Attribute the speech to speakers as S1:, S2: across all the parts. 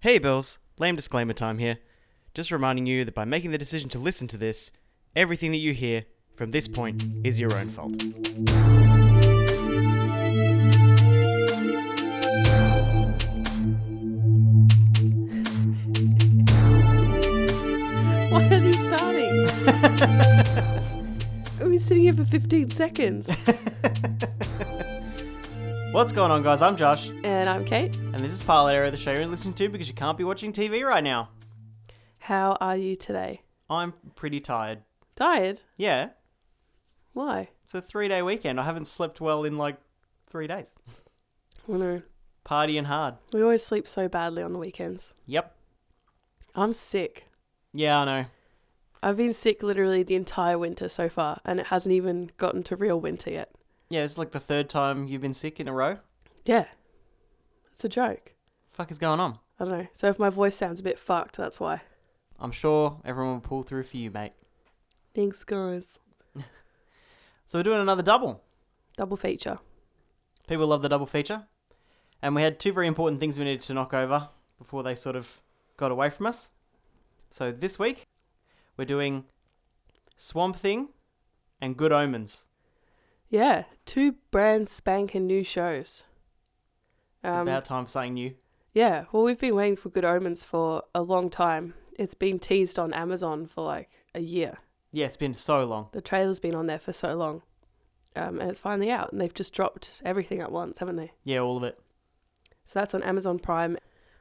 S1: Hey, Bills, lame disclaimer time here. Just reminding you that by making the decision to listen to this, everything that you hear from this point is your own fault.
S2: Why are they starting? I've been sitting here for 15 seconds.
S1: What's going on, guys? I'm Josh,
S2: And I'm Kate.
S1: and this is Pilot Era, the show you're listening to because you can't be watching TV right now.
S2: How are you today?
S1: I'm pretty tired.
S2: Tired?
S1: Yeah,
S2: Why?
S1: it's a three day weekend. I haven't slept well in like three days.
S2: I know.
S1: Partying hard.
S2: We always sleep so badly on the weekends.
S1: Yep.
S2: I'm sick.
S1: Yeah, I know.
S2: I've been sick literally the entire winter so far, and it hasn't even gotten to real winter yet.
S1: Yeah, it's like the third time you've been sick in a row.
S2: Yeah. It's a joke.
S1: fuck is going on?
S2: I don't know. So if my voice sounds a bit fucked, that's why.
S1: I'm sure everyone will pull through for you, mate.
S2: Thanks, guys.
S1: So we're doing another double.
S2: Double feature.
S1: People love the double feature. And we had two very important things we needed to knock over before they sort of got away from us. So this week, we're doing Swamp Thing and Good Omens.
S2: Yeah. Two brand spanking new shows.
S1: It's
S2: Um,
S1: about time for something new.
S2: Yeah, well, we've been waiting for Good Omens for a long time. It's been teased on Amazon for like a year.
S1: Yeah, it's been so long.
S2: The trailer's been on there for so long. Um, and it's finally out, and they've just dropped everything at once, haven't they?
S1: Yeah, all of it.
S2: So that's on Amazon Prime.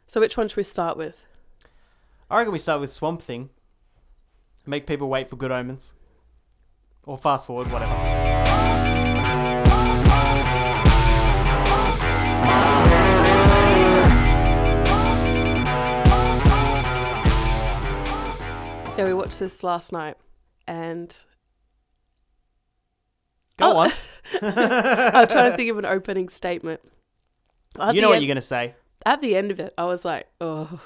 S2: So which one should we start with?
S1: I reckon we start with Swamp Thing. Make people wait for Good Omens. Or fast forward, whatever.
S2: Yeah, we watched this last night, and
S1: Go
S2: Oh.
S1: on.
S2: I was trying to think of an opening statement. At
S1: You know
S2: the
S1: what
S2: end-
S1: you're going to say.
S2: At the end of it, I was like, oh.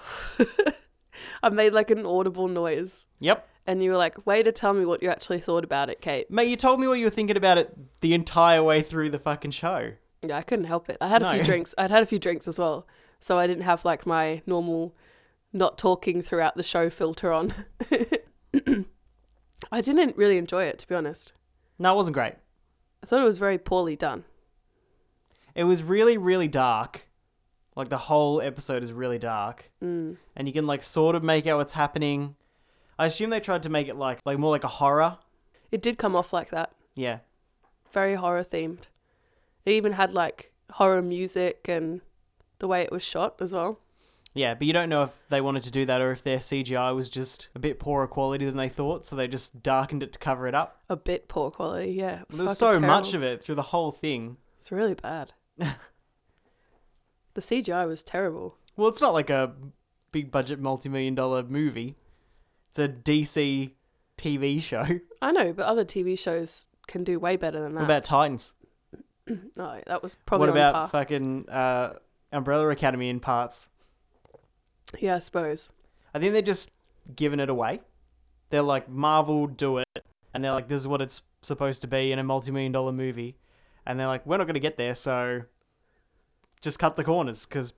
S2: I made like an audible noise,
S1: Yep.
S2: and you were like, way to tell me what you actually thought about it, Kate.
S1: Mate, you told me what you were thinking about it the entire way through the fucking show.
S2: Yeah, I couldn't help it. I had a
S1: No.
S2: few drinks. I'd had a few drinks as well, so I didn't have like my normal not talking throughout the show filter on. I didn't really enjoy it to be honest.
S1: No, it wasn't great.
S2: I thought it was very poorly done.
S1: It was really, really dark. Like the whole episode is really dark, mm. and you can like sort of make out what's happening. I assume they tried to make it like like more like a horror.
S2: It did come off like that,
S1: Yeah,
S2: very horror themed. It even had like horror music and the way it was shot as well.
S1: yeah, but you don't know if they wanted to do that or if their CGI was just a bit poorer quality than they thought, so they just darkened it to cover it up.
S2: A bit poor quality, yeah. It
S1: There was so
S2: fucking
S1: much
S2: terrible.
S1: of it through the whole thing.
S2: It's really bad. the CGI was terrible.
S1: Well, it's not like a big budget multi million dollar movie. It's a DC TV show
S2: I know, but other TV shows can do way better than that.
S1: What about Titans.
S2: No, that was probably
S1: what
S2: on
S1: about
S2: par.
S1: fucking uh, Umbrella Academy in parts?
S2: yeah, I suppose.
S1: I think they're just giving it away. They're like, Marvel, do it. And they're like, this is what it's supposed to be in a multi million dollar movie. And they're like, we're not going to get there, so just cut the corners because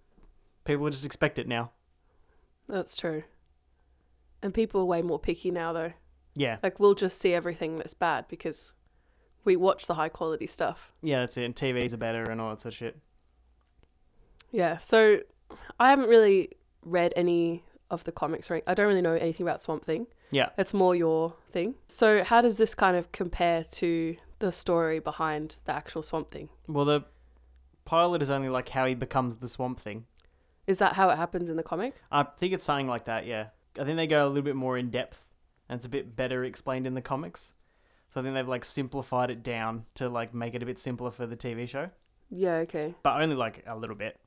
S1: people just expect it now.
S2: That's true. And people are way more picky now, though.
S1: Yeah.
S2: Like, we'll just see everything that's bad because we watch the high quality stuff.
S1: Yeah, that's it. And TVs are better and all that sort of shit.
S2: Yeah, so I haven't really read any of the comics. Right? I don't really know anything about Swamp Thing.
S1: Yeah.
S2: It's more your thing. So, how does this kind of compare to the story behind the actual Swamp Thing?
S1: Well, the pilot is only like how he becomes the swamp thing.
S2: Is that how it happens in the comic?
S1: I think it's something like that, yeah. I think they go a little bit more in depth and it's a bit better explained in the comics. So I think they've like simplified it down to like make it a bit simpler for the TV show,
S2: Yeah, okay.
S1: but only like a little bit.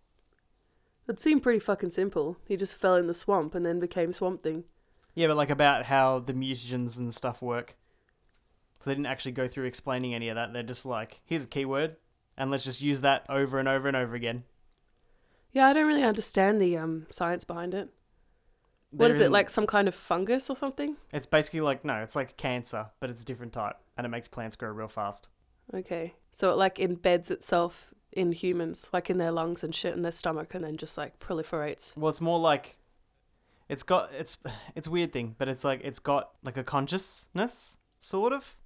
S2: It seemed pretty fucking simple. He just fell in the swamp and then became Swamp Thing.
S1: Yeah, but like about how the mutagens and stuff work. So they didn't actually go through explaining any of that. They're just like, here's a keyword and let's just use that over and over and over again.
S2: Yeah, I don't really understand the um, science behind it.
S1: There
S2: what is it
S1: isn't-
S2: like? Some kind of fungus or something?
S1: It's basically like no, it's like cancer, but it's a different type and it makes plants grow real fast.
S2: Okay, so it like embeds itself in humans, like in their lungs and shit in their stomach, and then just like proliferates.
S1: Well, it's more like it's got it's it's a weird thing, but it's like it's got like a consciousness sort of.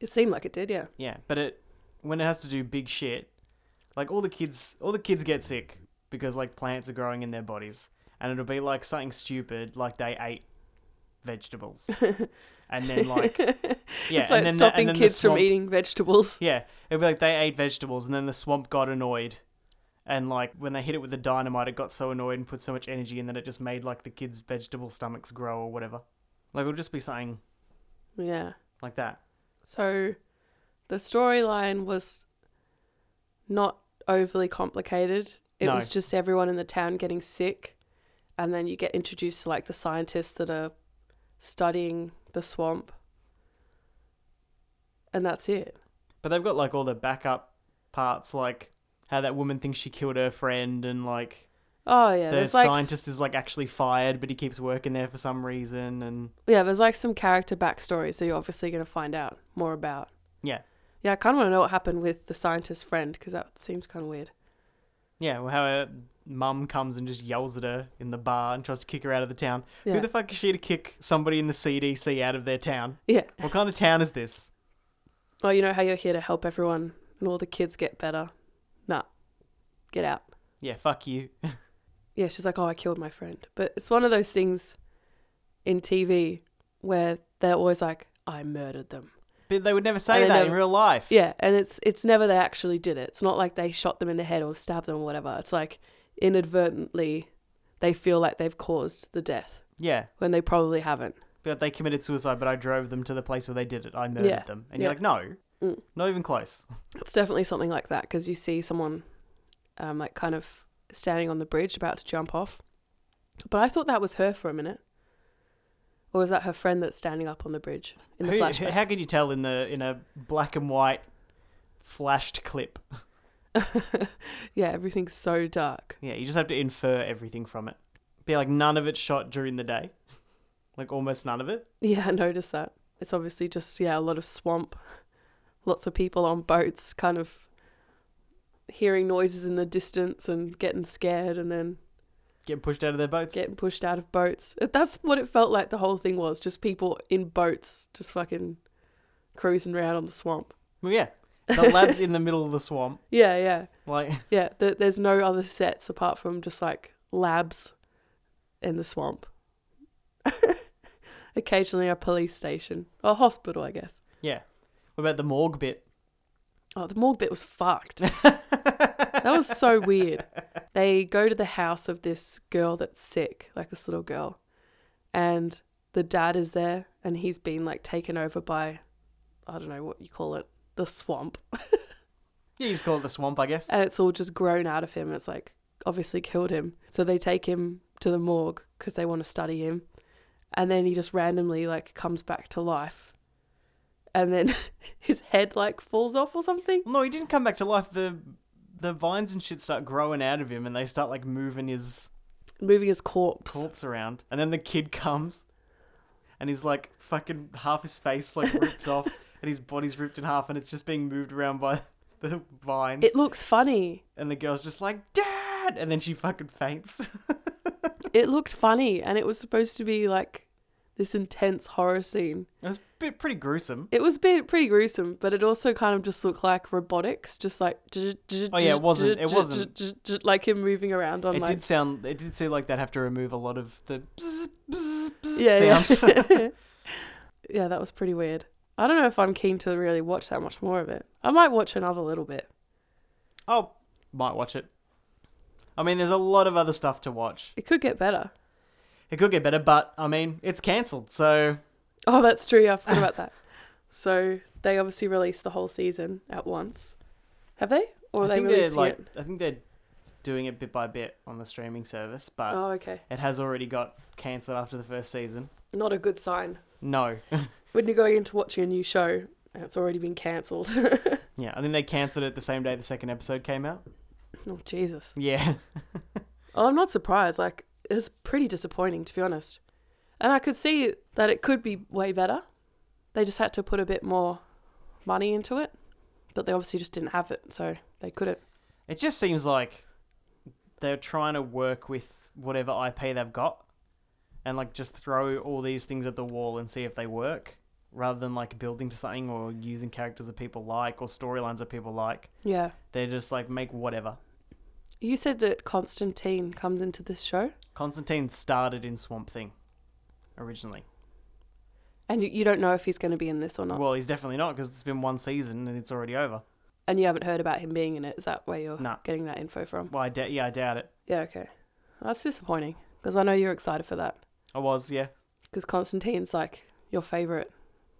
S2: It seemed like it did, yeah.
S1: Yeah, but it when it has to do big shit, like all the kids all the kids get sick because like plants are growing in their bodies, and it'll be like something stupid, like they ate vegetables, and then like yeah,
S2: it's like
S1: and then the-
S2: stopping
S1: and then the
S2: kids
S1: swamp-
S2: from eating vegetables.
S1: yeah, it'd be like they ate vegetables, and then the swamp got annoyed, and like when they hit it with the dynamite, it got so annoyed and put so much energy in that it just made like the kids' vegetable stomachs grow or whatever. Like it'll just be something
S2: Yeah.
S1: like that.
S2: So the storyline was not overly complicated. It
S1: No.
S2: was just everyone in the town getting sick. And then you get introduced to like the scientists that are studying the swamp. And that's it.
S1: But they've got like all the backup parts, like how that woman thinks she killed her friend, and like
S2: Oh yeah,
S1: the
S2: there's like
S1: scientist is like actually fired, but he keeps working there for some reason, and
S2: yeah, there's like some character backstories that you're obviously going to find out more about.
S1: yeah,
S2: Yeah, I kind of want to know what happened with the scientist friend because that seems kind of weird.
S1: yeah, well, how her mum comes and just yells at her in the bar and tries to kick her out of the town.
S2: Yeah.
S1: Who the fuck is she to kick somebody in the CDC out of their town?
S2: Yeah.
S1: What kind of town is this?
S2: Oh, you know how you're here to help everyone and all the kids get better? Nah. Get out.
S1: Yeah, fuck you.
S2: Yeah, she's like, oh, I killed my friend. But it's one of those things in TV where they're always like, I murdered them.
S1: But they would never say
S2: And
S1: that
S2: they
S1: in
S2: never-
S1: real life.
S2: Yeah, and it's it's never they actually did it. It's not like they shot them in the head or stabbed them or whatever. It's like inadvertently they feel like they've caused the death
S1: Yeah.
S2: when they probably haven't.
S1: But they committed suicide, but I drove them to the place where they did it. I murdered
S2: Yeah.
S1: them. And you're like,
S2: Yeah.
S1: no,
S2: Mm.
S1: not even close.
S2: It's definitely something like that because you see someone um, like kind of standing on the bridge about to jump off. But I thought that was her for a minute. Or was that her friend that's standing up on the bridge in the
S1: Who-
S2: flashback?
S1: how can you tell in the in a black and white flashed clip?
S2: yeah, everything's so dark.
S1: Yeah, you just have to infer everything from it. Be like, none of it shot during the day. Like almost none of it.
S2: Yeah, I noticed that. It's obviously just, yeah, a lot of swamp, lots of people on boats kind of hearing noises in the distance and getting scared and then
S1: Getting pushed out of their boats.
S2: getting pushed out of boats. That's what it felt like the whole thing was just people in boats just fucking cruising around on the swamp.
S1: Well, yeah. The lab's in the middle of the swamp.
S2: Yeah, yeah.
S1: Like,
S2: Yeah, th- there's no other sets apart from just like labs in the swamp. Occasionally a police station or a hospital, I guess.
S1: yeah. What about the morgue bit?
S2: Oh, the morgue bit was fucked. that was so weird. They go to the house of this girl that's sick, like this little girl, and the dad is there, and he's been like taken over by, I don't know what you call it, the swamp,
S1: Yeah, you just call it the swamp, I guess.
S2: and it's all just grown out of him. It's like obviously killed him. So they take him to the morgue because they want to study him, and then he just randomly like comes back to life, and then his head like falls off or something.
S1: No, he didn't come back to life. The the vines and shit start growing out of him, and they start like moving his
S2: moving his corpse.
S1: corpse around. And then the kid comes, and he's like fucking half his face like ripped off, and his body's ripped in half, and it's just being moved around by the vines.
S2: It looks funny.
S1: and the girl's just like dad, and then she fucking faints. it
S2: It looked funny, and it was supposed to be like this intense horror scene.
S1: was a bit pretty gruesome.
S2: It was bit pretty gruesome, but it also kind of just looked like robotics, just like oh
S1: yeah, it wasn't- it wasn't.
S2: like him moving around on
S1: It
S2: like
S1: did sound. It did seem like they'd have to remove a lot of the bzz, bzz, bzz
S2: yeah
S1: sounds.
S2: yeah. yeah that was pretty weird. I don't know if I'm keen to really watch that much more of it. I might watch another little bit.
S1: oh, might watch it. I mean, there's a lot of other stuff to watch.
S2: It could get better.
S1: It could get better, but I mean, it's cancelled, so
S2: Oh, that's true. Yeah, I forgot about that. So they obviously released the whole season at once. Have they? Or are
S1: I
S2: they
S1: think they're
S2: releasing
S1: like
S2: it?
S1: I think they're doing it bit by bit on the streaming service, but
S2: Oh, okay.
S1: it has already got cancelled after the first season.
S2: Not a good sign.
S1: No,
S2: When you're going into watching a new show and it's already been cancelled.
S1: yeah, I think they cancelled it the same day the second episode came out.
S2: oh, Jesus.
S1: Yeah,
S2: Oh, I'm not surprised. Like, it's pretty disappointing, to be honest. And I could see that it could be way better. They just had to put a bit more money into it but they obviously just didn't have it, so they couldn't.
S1: It just seems like they're trying to work with whatever IP they've got and like just throw all these things at the wall and see if they work rather than like building to something or using characters that people like or storylines that people like.
S2: Yeah.
S1: They just like make whatever.
S2: You said that Constantine comes into this show,
S1: Constantine started in Swamp Thing originally.
S2: and you, you don't know if he's going to be in this or not,
S1: Well, he's definitely not because it's been one season and it's already over.
S2: and you haven't heard about him being in it. Is that where you're
S1: No.
S2: getting that info from?
S1: Well, I doubt. yeah, I doubt it.
S2: Yeah. Okay. That's disappointing because I know you're excited for that
S1: I was, yeah.
S2: because Constantine's like your favorite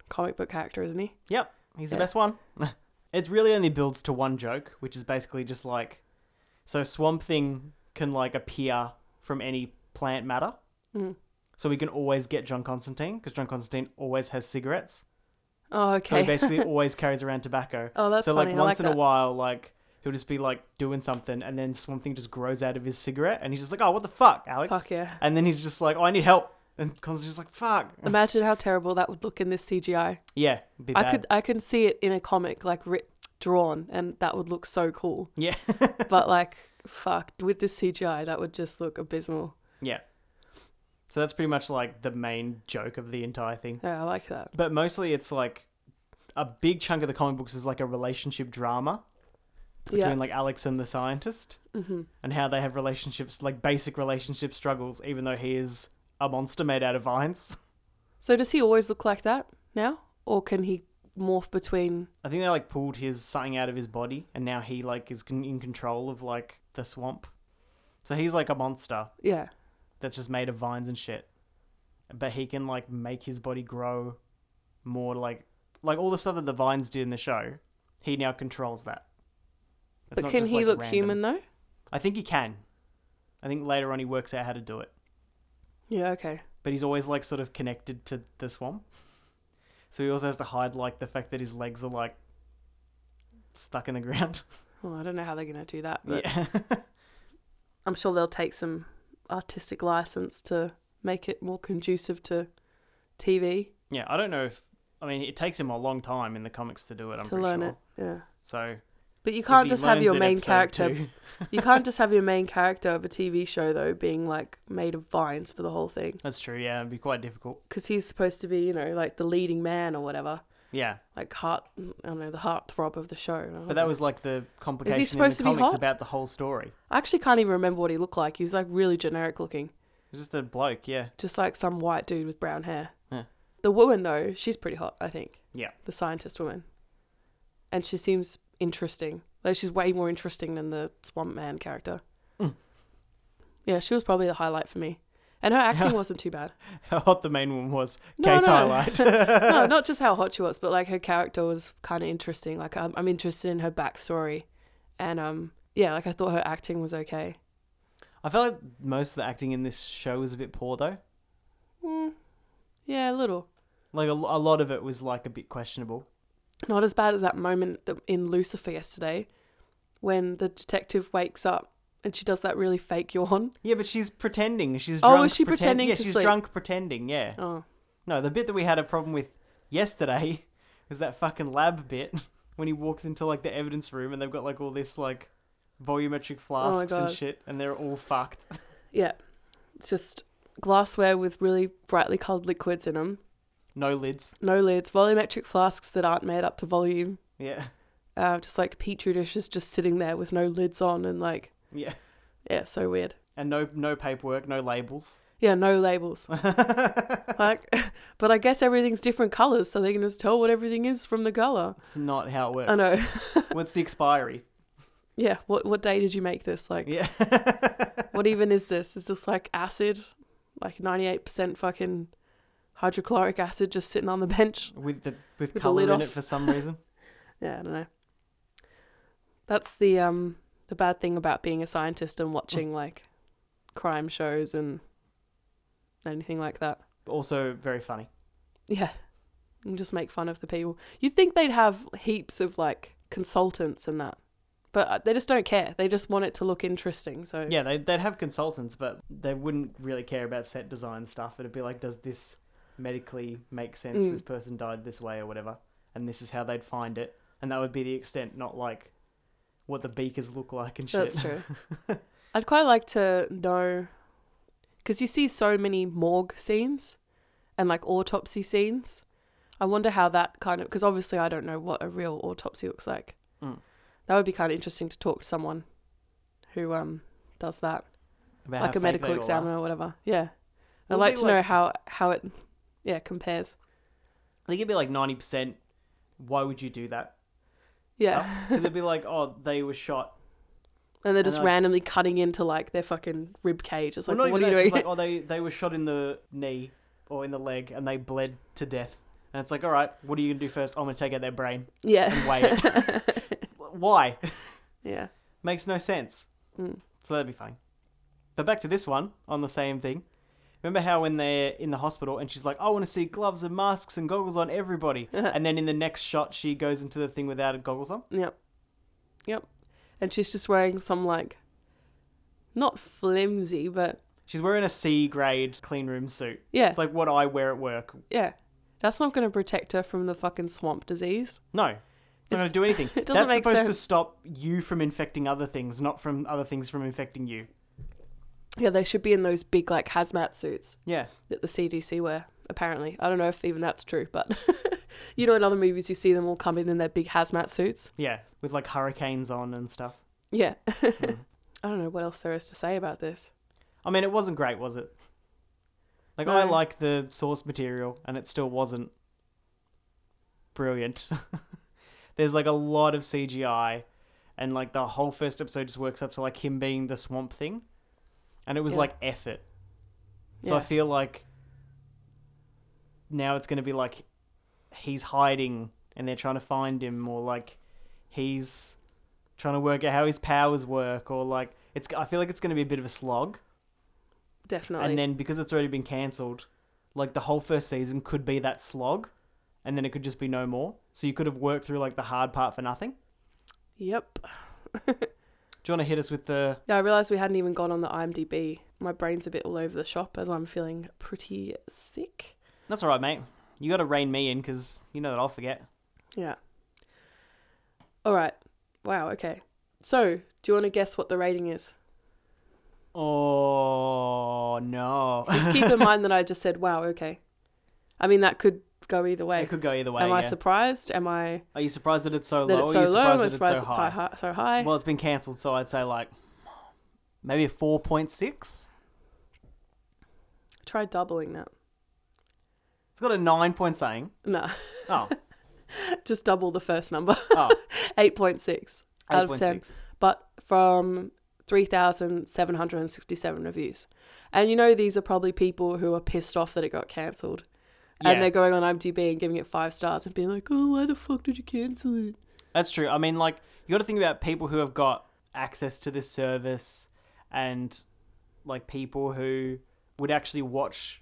S2: comic book character, isn't he?
S1: Yep, he's the
S2: Yeah.
S1: best one. it really only builds to one joke, which is basically just like so Swamp Thing can like appear from any plant matter.
S2: Mm.
S1: So we can always get John Constantine because John Constantine always has cigarettes.
S2: Oh,
S1: So he
S2: okay.
S1: basically always carries around tobacco.
S2: oh, that's
S1: so
S2: funny.
S1: like
S2: I
S1: once
S2: like
S1: in
S2: that.
S1: a while, like he'll just be like doing something, and then Swamp Thing just grows out of his cigarette, and he's just like, "Oh, what the fuck, Alex?"
S2: Fuck yeah.
S1: And then he's just like, "Oh, I need help," and Constantine's just like, "Fuck."
S2: Imagine how terrible that would look in this CGI.
S1: Yeah, it'd be bad.
S2: I could I can see it in a comic like writ drawn and that would look so cool.
S1: Yeah,
S2: But like fuck, with this CGI that would just look abysmal.
S1: yeah. So that's pretty much like the main joke of the entire thing.
S2: Yeah, I like that.
S1: But mostly it's like a big chunk of the comic books is like a relationship drama between
S2: Yeah. Mm-hmm.
S1: like Alex and the scientist and how they have relationships, like basic relationship struggles, even though he is a monster made out of vines.
S2: So does he always look like that now? Or can he morph between
S1: I think they like pulled his something out of his body and now he like is con- in control of like the swamp. So he's like a monster
S2: yeah.
S1: that's just made of vines and shit. But he can like make his body grow more like like all the stuff that the vines did in the show. He now controls that. It's
S2: but
S1: not
S2: can
S1: just,
S2: he
S1: like,
S2: look
S1: random.
S2: human though?
S1: I think he can. I think later on he works out how to do it.
S2: Yeah, okay.
S1: But he's always like sort of connected to the swamp. So he also has to hide like the fact that his legs are like stuck in the ground.
S2: Well, I don't know how they're gonna do that, but
S1: Yeah.
S2: I'm sure they'll take some artistic license to make it more conducive to TV
S1: yeah, I don't know if I mean it takes him a long time in the comics to do it, I'm
S2: to
S1: pretty
S2: learn
S1: sure.
S2: it. Yeah.
S1: So
S2: But you
S1: if
S2: can't
S1: he
S2: just have
S1: learns
S2: your
S1: in
S2: main
S1: episode
S2: character
S1: two-
S2: You can't just have your main character of a TV show though being like made of vines for the whole thing
S1: That's true, yeah, it'd be quite difficult.
S2: because he's supposed to be you know like the leading man or whatever,
S1: Yeah.
S2: like heart I don't know the heartthrob of the show. I don't
S1: But that
S2: know.
S1: was like the complication in
S2: supposed
S1: the
S2: to be
S1: comics
S2: hot?
S1: about the whole story.
S2: I actually can't even remember what he looked like. He was like really generic looking,
S1: It's just a bloke, yeah.
S2: just like some white dude with brown hair.
S1: Yeah.
S2: The woman though, she's pretty hot I think.
S1: Yeah.
S2: The scientist woman, and she seems interesting. Though she's way more interesting than the Swamp Man character.
S1: Mm.
S2: Yeah, she was probably the highlight for me, and her acting wasn't too bad.
S1: How hot the main one was.
S2: No,
S1: Kate's
S2: no.
S1: highlight.
S2: no, not just how hot she was, but like her character was kind of interesting. Like I'm, I'm interested in her backstory, and um, yeah, like I thought her acting was okay.
S1: I feel like most of the acting in this show was a bit poor though.
S2: Mm, yeah, a little.
S1: Like a, lo- a lot of it was like a bit questionable.
S2: Not as bad as that moment that, in Lucifer yesterday, when the detective wakes up and she does that really fake yawn.
S1: Yeah, but she's pretending. She's
S2: Oh,
S1: drunk,
S2: was she pretending
S1: yeah,
S2: to
S1: she's
S2: sleep?
S1: drunk pretending. Yeah.
S2: Oh,
S1: No, the bit that we had a problem with yesterday was that fucking lab bit when he walks into like the evidence room and they've got like all this like volumetric flasks and
S2: Oh God.
S1: shit and they're all fucked.
S2: yeah, it's just glassware with really brightly coloured liquids in them.
S1: No lids.
S2: No lids, volumetric flasks that aren't made up to volume.
S1: Yeah.
S2: Uh, just like petri dishes just sitting there with no lids on and like
S1: Yeah.
S2: Yeah, so weird.
S1: And no no paperwork, no labels.
S2: Yeah, no labels. like, but I guess everything's different colors, so they can just tell what everything is from the color.
S1: It's not how it works.
S2: I know.
S1: What's the expiry?
S2: Yeah. What what day did you make this? Like,
S1: Yeah.
S2: what even is this? Is this like acid, like ninety eight percent fucking hydrochloric acid just sitting on the bench?
S1: with the with,
S2: the
S1: color
S2: lid
S1: in
S2: off.
S1: it for some reason.
S2: Yeah, I don't know. That's the um the bad thing about being a scientist and watching like crime shows and anything like that.
S1: also very funny.
S2: Yeah. And just make fun of the people. You'd think they'd have heaps of like consultants and that. But uh, they just don't care. They just want it to look interesting. So
S1: Yeah, they, they'd have consultants, but they wouldn't really care about set design stuff. It'd be like, does this medically make sense?
S2: Mm.
S1: This person died this way or whatever, and this is how they'd find it. and that would be the extent, not like what the beakers look like and shit.
S2: That's true. I'd quite like to know because you see so many morgue scenes and like autopsy scenes. I wonder how that kind of because obviously I don't know what a real autopsy looks like.
S1: Mm.
S2: That would be kind of interesting to talk to someone who um does that,
S1: About how
S2: like a
S1: fake
S2: medical
S1: they all are.
S2: examiner or whatever. Yeah,
S1: Well,
S2: I'd like
S1: they,
S2: to know how how it yeah compares.
S1: I think it'd be like ninety percent. Why would you do that?
S2: Yeah,
S1: Because it'd be like, oh, they were shot.
S2: and they're just
S1: like-
S2: randomly cutting into like their fucking rib cage. It's like
S1: well, not
S2: what are
S1: even
S2: you
S1: that,
S2: doing?
S1: it's just like, oh, they they were shot in the knee or in the leg, and they bled to death. And it's like, all right, what are you gonna do first? I'm gonna take out their brain and
S2: yeah,
S1: weigh it. Why?
S2: yeah.
S1: Makes no sense.
S2: Mm.
S1: So that'd be fine. But back to this one on the same thing. Remember how when they're in the hospital and she's like, I want to see gloves and masks and goggles on everybody. And then in the next shot, she goes into the thing without goggles on.
S2: Yep. Yep. And she's just wearing some like not flimsy, but
S1: She's wearing a C grade clean room suit.
S2: yeah.
S1: It's like what I wear at work.
S2: yeah. That's not gonna protect her from the fucking swamp disease.
S1: No. It's not going
S2: It's-
S1: to do anything.
S2: it doesn't
S1: That's
S2: make
S1: supposed to
S2: sense.
S1: stop you from infecting other things, not from other things from infecting you.
S2: Yeah, they should be in those big like hazmat suits
S1: Yeah.
S2: that the CDC wear, apparently. I don't know if even that's true, but you know in other movies you see them all come in in their big hazmat suits.
S1: Yeah. With like hurricanes on and stuff.
S2: Yeah.
S1: Mm.
S2: I don't know what else there is to say about this.
S1: I mean, it wasn't great, was it? Like, I
S2: No.
S1: like the source material, and it still wasn't brilliant. There's like a lot of CGI, and like the whole first episode just works up to like him being the swamp thing, and it was
S2: Yeah.
S1: like effort. So I
S2: Yeah.
S1: feel like now it's going to be like he's hiding, and they're trying to find him, or like he's trying to work out how his powers work, or like it's. I feel like it's going to be a bit of a slog.
S2: Definitely.
S1: And then because it's already been cancelled, like the whole first season could be that slog, and then it could just be no more. So you could have worked through like the hard part for nothing.
S2: Yep.
S1: Do you want to hit us with the?
S2: Yeah, I realised we hadn't even gone on the IMDb. My brain's a bit all over the shop as I'm feeling pretty sick.
S1: That's all right, mate. You got to rein me in because you know that I'll forget.
S2: Yeah. All right. Wow. Okay. So, do you want to guess what the rating is?
S1: Oh no!
S2: Just keep in mind that I just said, wow, okay. I mean, that could go either way.
S1: it could go either way.
S2: Am I
S1: yeah.
S2: surprised? Am I
S1: Are you surprised that it's so
S2: that
S1: low?
S2: it's
S1: or
S2: so
S1: are you
S2: low? Am
S1: surprised
S2: I
S1: that it's so
S2: surprised it's
S1: high?
S2: so high? So high?
S1: Well, it's been cancelled, so I'd say like maybe a four point six.
S2: Try doubling that.
S1: It's got a nine point saying.
S2: No,
S1: Oh,
S2: just double the first number.
S1: oh,
S2: 8.6 out of 10.
S1: 8.6.
S2: But from 3,767 reviews. And you know, these are probably people who are pissed off that it got cancelled.
S1: Yeah.
S2: And they're going on IMDb and giving it five stars and being like, oh, why the fuck did you cancel it?
S1: That's true. I mean, like you got to think about people who have got access to this service, and like people who would actually watch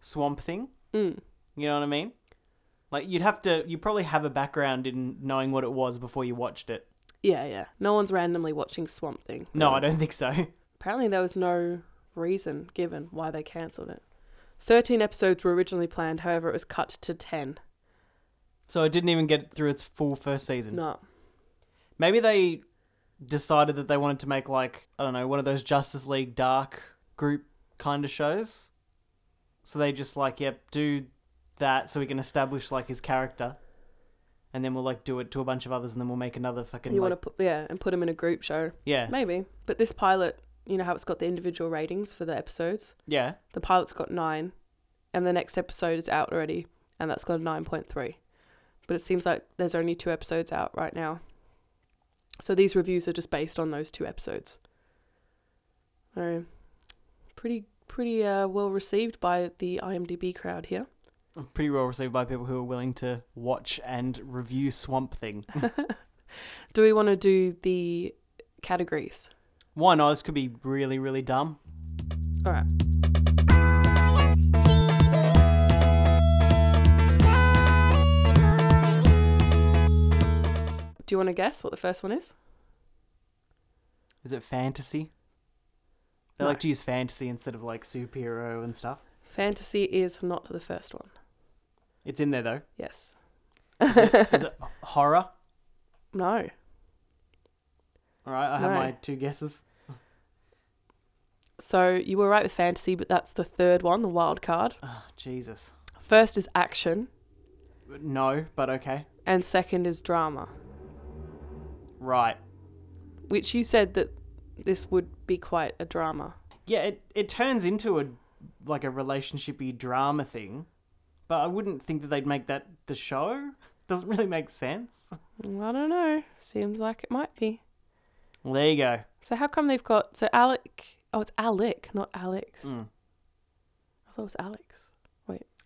S1: Swamp Thing.
S2: Mm.
S1: You know what I mean? Like you'd have to, you probably have a background in knowing what it was before you watched it.
S2: Yeah, yeah. No one's randomly watching Swamp Thing.
S1: No, I don't think so.
S2: Apparently, there was no reason given why they cancelled it. 13 episodes were originally planned, however, it was cut to 10.
S1: So it didn't even get through its full first season.
S2: No.
S1: Maybe they decided that they wanted to make like I don't know one of those Justice League Dark group kind of shows. So they just like yep do that so we can establish like his character, and then we'll like do it to a bunch of others, and then we'll make another fucking
S2: you
S1: like,
S2: want to put, yeah, and put them in a group show.
S1: yeah
S2: Maybe. But this pilot, you know how it's got the individual ratings for the episodes?
S1: yeah
S2: The pilot's got nine, and the next episode is out already, and that's got a 9.3. But it seems like there's only two episodes out right now. So these reviews are just based on those two episodes. So pretty pretty uh, well received by the IMDb crowd here.
S1: pretty well received by people who are willing to watch and review Swamp Thing.
S2: Do we want to do the categories?
S1: Why not? oh, This could be really really dumb.
S2: All right. Do you want to guess what the first one is?
S1: Is it fantasy? They
S2: No.
S1: like to use fantasy instead of like superhero and stuff.
S2: Fantasy is not the first one.
S1: It's in there though.
S2: Yes.
S1: Is it horror?
S2: No.
S1: All right, I have
S2: No.
S1: my two guesses.
S2: So you were right with fantasy, but that's the third one, the wild card.
S1: Oh, Jesus.
S2: First is action,
S1: No, but okay.
S2: and second is drama,
S1: Right.
S2: which you said that this would be quite a drama.
S1: Yeah, it, it turns into a like a relationshipy drama thing, but I wouldn't think that they'd make that the show. Doesn't really make sense.
S2: Mm, I don't know. Seems like it might be.
S1: Well, there you go.
S2: So how come they've got so Alec? Oh, it's Alec, not Alex.
S1: Mm.
S2: I thought it was Alex.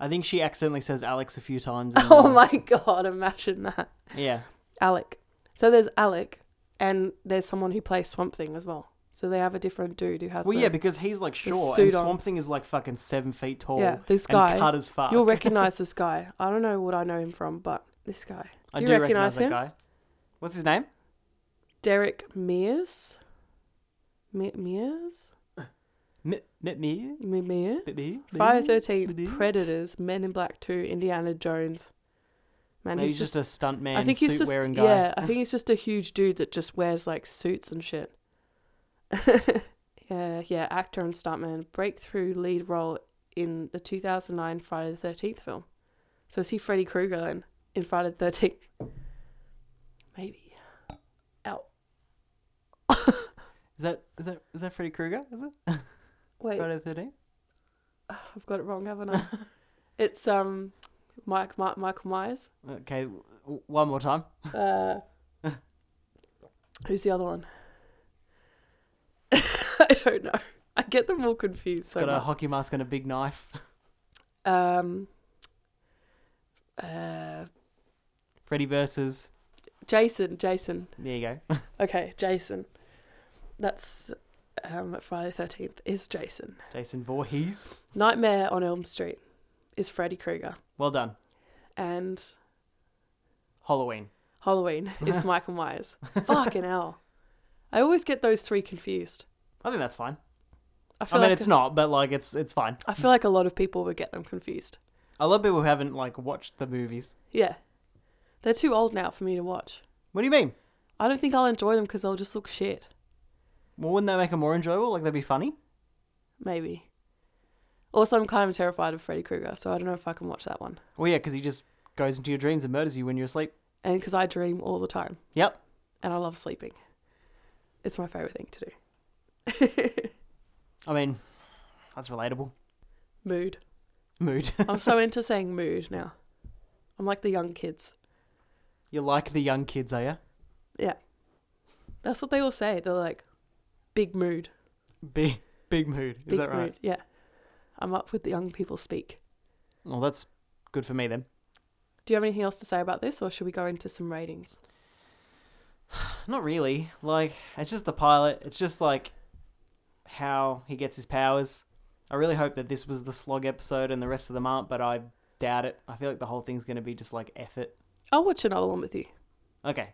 S1: I think she accidentally says Alex a few times. in
S2: Oh
S1: the-
S2: my god! Imagine that,
S1: Yeah.
S2: Alec. So there's Alec, and there's someone who plays Swamp Thing as well. So they have a different dude who has.
S1: Well,
S2: the-
S1: yeah, because he's like short, and
S2: suit on.
S1: Swamp Thing is like fucking seven feet tall.
S2: yeah. This
S1: and
S2: guy.
S1: cut as fuck.
S2: You'll recognize this guy. I don't know what I know him from, but this guy.
S1: I
S2: Do
S1: do
S2: you
S1: recognize
S2: recognize
S1: that
S2: him?
S1: guy. What's his name?
S2: Derek Mears? Me- Mears?
S1: M- M- me?
S2: Me- Mears?
S1: Maybe,
S2: Friday
S1: maybe,
S2: 13,
S1: maybe.
S2: Predators, Men in Black 2, Indiana Jones. Man,
S1: No,
S2: he's,
S1: he's just, a stunt man,
S2: I think
S1: suit
S2: he's just
S1: wearing guy.
S2: yeah. I think he's just a huge dude that just wears like suits and shit. yeah, yeah. Actor and stuntman, breakthrough lead role in the 2009 Friday the 13th film. So is he Freddy Krueger then in Friday the 13th? Maybe. Ow.
S1: Is that is that is that Freddy Krueger? Is it
S2: Wait,
S1: Friday the Thirteenth?
S2: I've got it wrong, haven't I? it's um, Mike, Mike Michael Myers.
S1: Okay, w- w- one more time.
S2: Uh, who's the other one? I don't know. I get them all confused so
S1: Got a
S2: much.
S1: hockey mask and a big knife.
S2: Um, uh,
S1: Freddy versus.
S2: Jason, Jason.
S1: There you go.
S2: Okay, Jason. That's um, Friday Thirteenth is Jason.
S1: Jason Voorhees.
S2: Nightmare on Elm Street is Freddy Krueger,
S1: Well done.
S2: and
S1: Halloween.
S2: Halloween is Michael Myers. Fucking hell! I always get those three confused.
S1: I think that's fine. I
S2: I feel
S1: mean,
S2: like
S1: it's not, but like it's it's fine.
S2: I feel like a lot of people would get them confused.
S1: I love people who haven't like watched the movies.
S2: Yeah. They're too old now for me to watch.
S1: What do you mean?
S2: I don't think I'll enjoy them because they'll just look shit.
S1: Well, wouldn't that make them more enjoyable? Like that'd be funny.
S2: Maybe. Also, I'm kind of terrified of Freddy Krueger, so I don't know if I can watch that one.
S1: Well, yeah, because he just goes into your dreams and murders you when you're asleep.
S2: And because I dream all the time
S1: Yep.
S2: and I love sleeping, it's my favorite thing to do.
S1: I mean, that's relatable.
S2: mood.
S1: Mood.
S2: I'm so into saying mood now. I'm like the young kids.
S1: you like the young kids, are you?
S2: That's what they all say. They're like, big mood.
S1: Big big mood. Is
S2: Big
S1: that right?
S2: mood. Yeah. I'm up with the young people speak.
S1: Well, that's good for me then.
S2: Do you have anything else to say about this, or should we go into some ratings?
S1: Not really. Like, it's just the pilot. It's just like how he gets his powers. I really hope that this was the slog episode and the rest of them aren't, but I doubt it. I feel like the whole thing's going to be just like effort.
S2: I'll watch another one with you.
S1: Okay.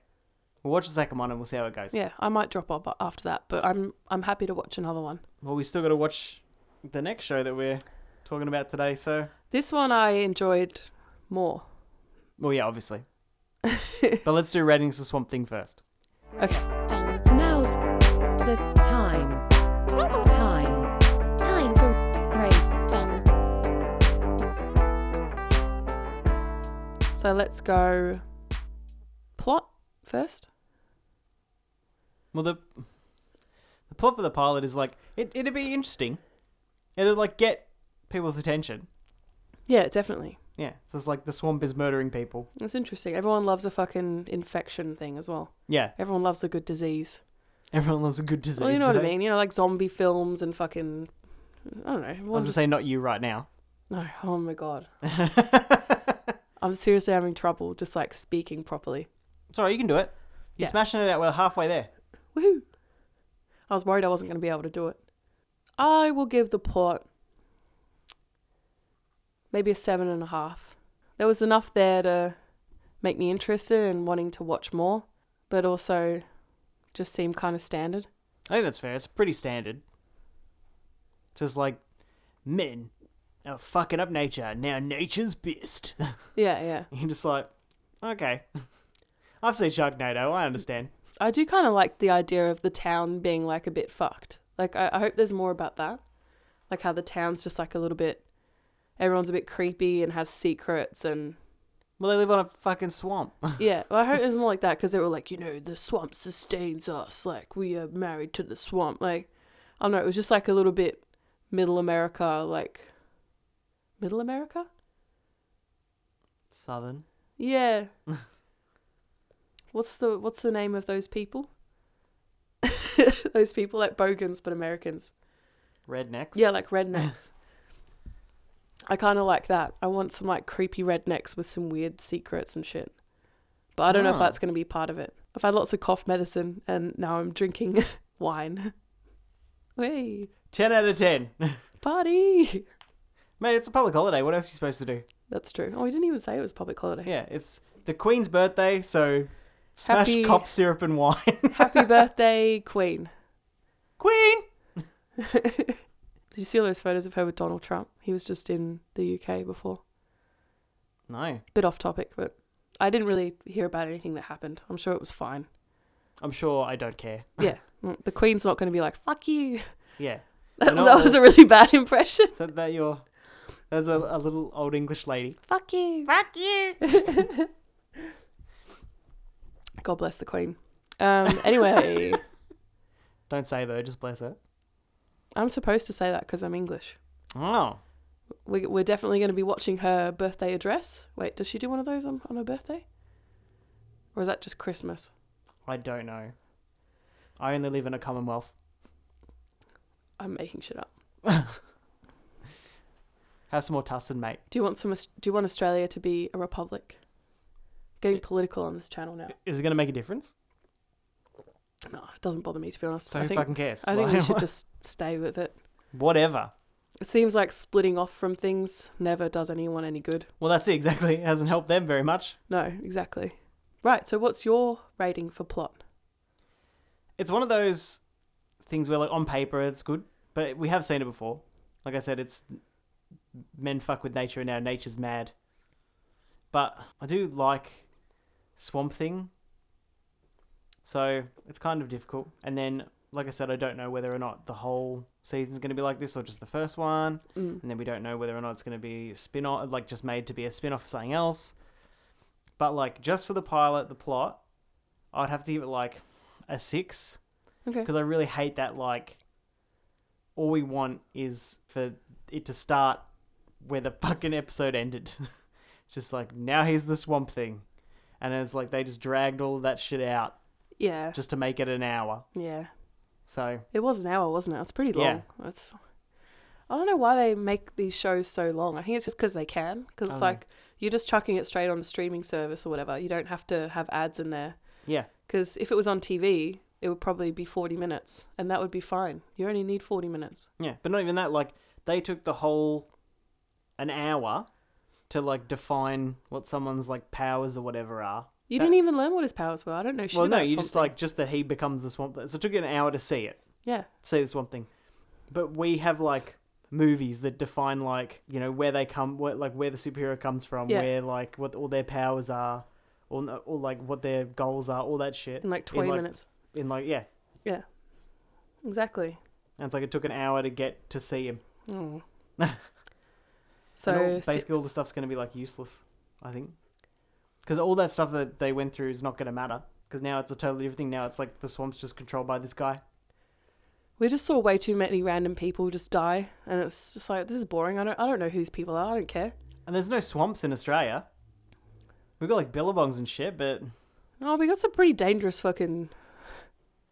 S1: We'll watch the second one and we'll see how it goes.
S2: Yeah, I might drop off after that, but I'm I'm happy to watch another one.
S1: Well, we still got to watch the next show that we're talking about today, so.
S2: This one I enjoyed more.
S1: Well, yeah, obviously. but let's do ratings for Swamp Thing first.
S2: Okay.
S3: Now's the time. Time.
S4: Time for ratings.
S2: So let's go plot first.
S1: Well, the the plot for the pilot is like it, it'd be interesting. It'd like get people's attention.
S2: Yeah, definitely.
S1: Yeah, so it's like the swamp is murdering people.
S2: It's interesting. Everyone loves a fucking infection thing as well.
S1: Yeah,
S2: Everyone loves a good disease.
S1: everyone loves a good disease.
S2: well, you know what I
S1: eh?
S2: mean? You know, like zombie films and fucking I don't know.
S1: I was
S2: Everyone
S1: gonna
S2: just,
S1: say not you right now.
S2: no. Oh my god. I'm seriously having trouble just like speaking properly.
S1: It's alright, you can do it. You're
S2: Yeah.
S1: smashing it out. We're halfway there.
S2: Woohoo! I was worried I wasn't going to be able to do it. I will give the plot maybe a seven and a half. There was enough there to make me interested and wanting to watch more, but also just seemed kind of standard.
S1: I think that's fair. It's pretty standard. Just like men are fucking up nature. Now nature's best.
S2: Yeah, yeah.
S1: You're just like, okay. I've seen Sharknado. I understand.
S2: I do kind of like the idea of the town being like a bit fucked. Like, I, I hope there's more about that. Like, how the town's just like a little bit, everyone's a bit creepy and has secrets. And
S1: Well, they live on a fucking swamp.
S2: yeah, well, I hope there's more like that because they were like, you know, the swamp sustains us. Like, we are married to the swamp. Like, I don't know. It was just like a little bit middle America, like, middle America?
S1: Southern.
S2: Yeah. what's the what's the name of those people? those people like bogans but Americans.
S1: Rednecks.
S2: Yeah, like rednecks. I kind of like that. I want some like creepy rednecks with some weird secrets and shit. But I don't know if
S1: Ah.
S2: that's going to be part of it. I've had lots of cough medicine and now I'm drinking wine. Hey,
S1: 10 out of 10.
S2: party!
S1: Mate, it's a public holiday. What else are you supposed to do?
S2: That's true. Oh, we didn't even say it was public holiday.
S1: Yeah, it's the Queen's birthday, so smash
S2: Happy-
S1: cop syrup and wine.
S2: Happy birthday, Queen.
S1: Queen!
S2: Did you see all those photos of her with Donald Trump? He was just in the UK before.
S1: No,
S2: Bit off topic, but I didn't really hear about anything that happened. I'm sure it was fine.
S1: I'm sure I don't care.
S2: Yeah. Mm, The Queen's not going to be like, fuck you.
S1: Yeah.
S2: That,
S1: No.
S2: that was a really bad impression.
S1: Is that, that your. There's a, a little old English lady.
S2: Fuck you. Fuck you. God bless the Queen. Um, anyway,
S1: Don't save her, just bless her.
S2: I'm supposed to say that because I'm English.
S1: Oh.
S2: We, we're definitely going to be watching her birthday address. Wait, does she do one of those on, on her birthday? Or is that just Christmas?
S1: I don't know. I only live in a commonwealth.
S2: I'm making shit up.
S1: Have some more Tussin, mate.
S2: Do you want some? Aus- Do you want Australia to be a republic? Getting political on this channel now.
S1: Is it going to make a difference?
S2: No, it doesn't bother me to be honest.
S1: So
S2: I
S1: who
S2: think
S1: fucking cares?
S2: I think we
S1: Like,
S2: should just stay with it.
S1: Whatever.
S2: It seems like splitting off from things never does anyone any good.
S1: Well, that's it, exactly. It hasn't helped them very much.
S2: No, exactly. Right. So what's your rating for plot?
S1: It's one of those things where, like, on paper it's good, but we have seen it before. Like I said, it's men fuck with nature and now nature's mad. But I do like Swamp Thing. So it's kind of difficult. And then, like I said, I don't know whether or not the whole season's going to be like this or just the first one.
S2: Mm.
S1: and then we don't know whether or not it's going to be a spin-off like just made to be a spin-off of something else but like just for the pilot the plot i'd have to give it like a six
S2: Okay.
S1: because i really hate that like all we want is for it to start where the fucking episode ended just like now here's the swamp thing and it's like they just dragged all of that shit out
S2: Yeah.
S1: just to make it an hour
S2: Yeah.
S1: so
S2: It was an hour, wasn't it? It's pretty long.
S1: Yeah.
S2: It's I don't know why they make these shows so long. I think it's just because they can. Because it's
S1: Oh.
S2: like you're just chucking it straight on a streaming service or whatever. You don't have to have ads in there.
S1: yeah
S2: Because if it was on TV, it would probably be 40 minutes, and that would be fine. You only need 40 minutes.
S1: Yeah, but not even that. Like they took the whole an hour to like define what someone's like powers or whatever are.
S2: You
S1: That-
S2: didn't even learn what his powers were. I don't know. Shit
S1: well, no,
S2: about
S1: you just
S2: Swamp
S1: like just that he becomes the swamp. So it took you an hour to see it,
S2: Thing. yeah,
S1: see the swamp thing. But we have like movies that define like you know where they come, where, like where the superhero comes from,
S2: Yeah.
S1: where like what all their powers are, or, or like what their goals are, all that shit.
S2: in like 20
S1: like-
S2: minutes.
S1: In like yeah,
S2: Yeah, exactly.
S1: and it's like it took an hour to get to see him.
S2: Mm.
S1: And all-
S2: so
S1: basically, all the
S2: six.
S1: stuff's going to be like useless, I think, because all that stuff that they went through is not going to matter. Because now it's a totally different thing. Now it's like the swamp's just controlled by this guy.
S2: we just saw way too many random people just die, and it's just like this is boring. I don't, I don't know who these people are. I don't care.
S1: And there's no swamps in Australia. We've got like billabongs and shit, but
S2: Oh, we got some pretty dangerous fucking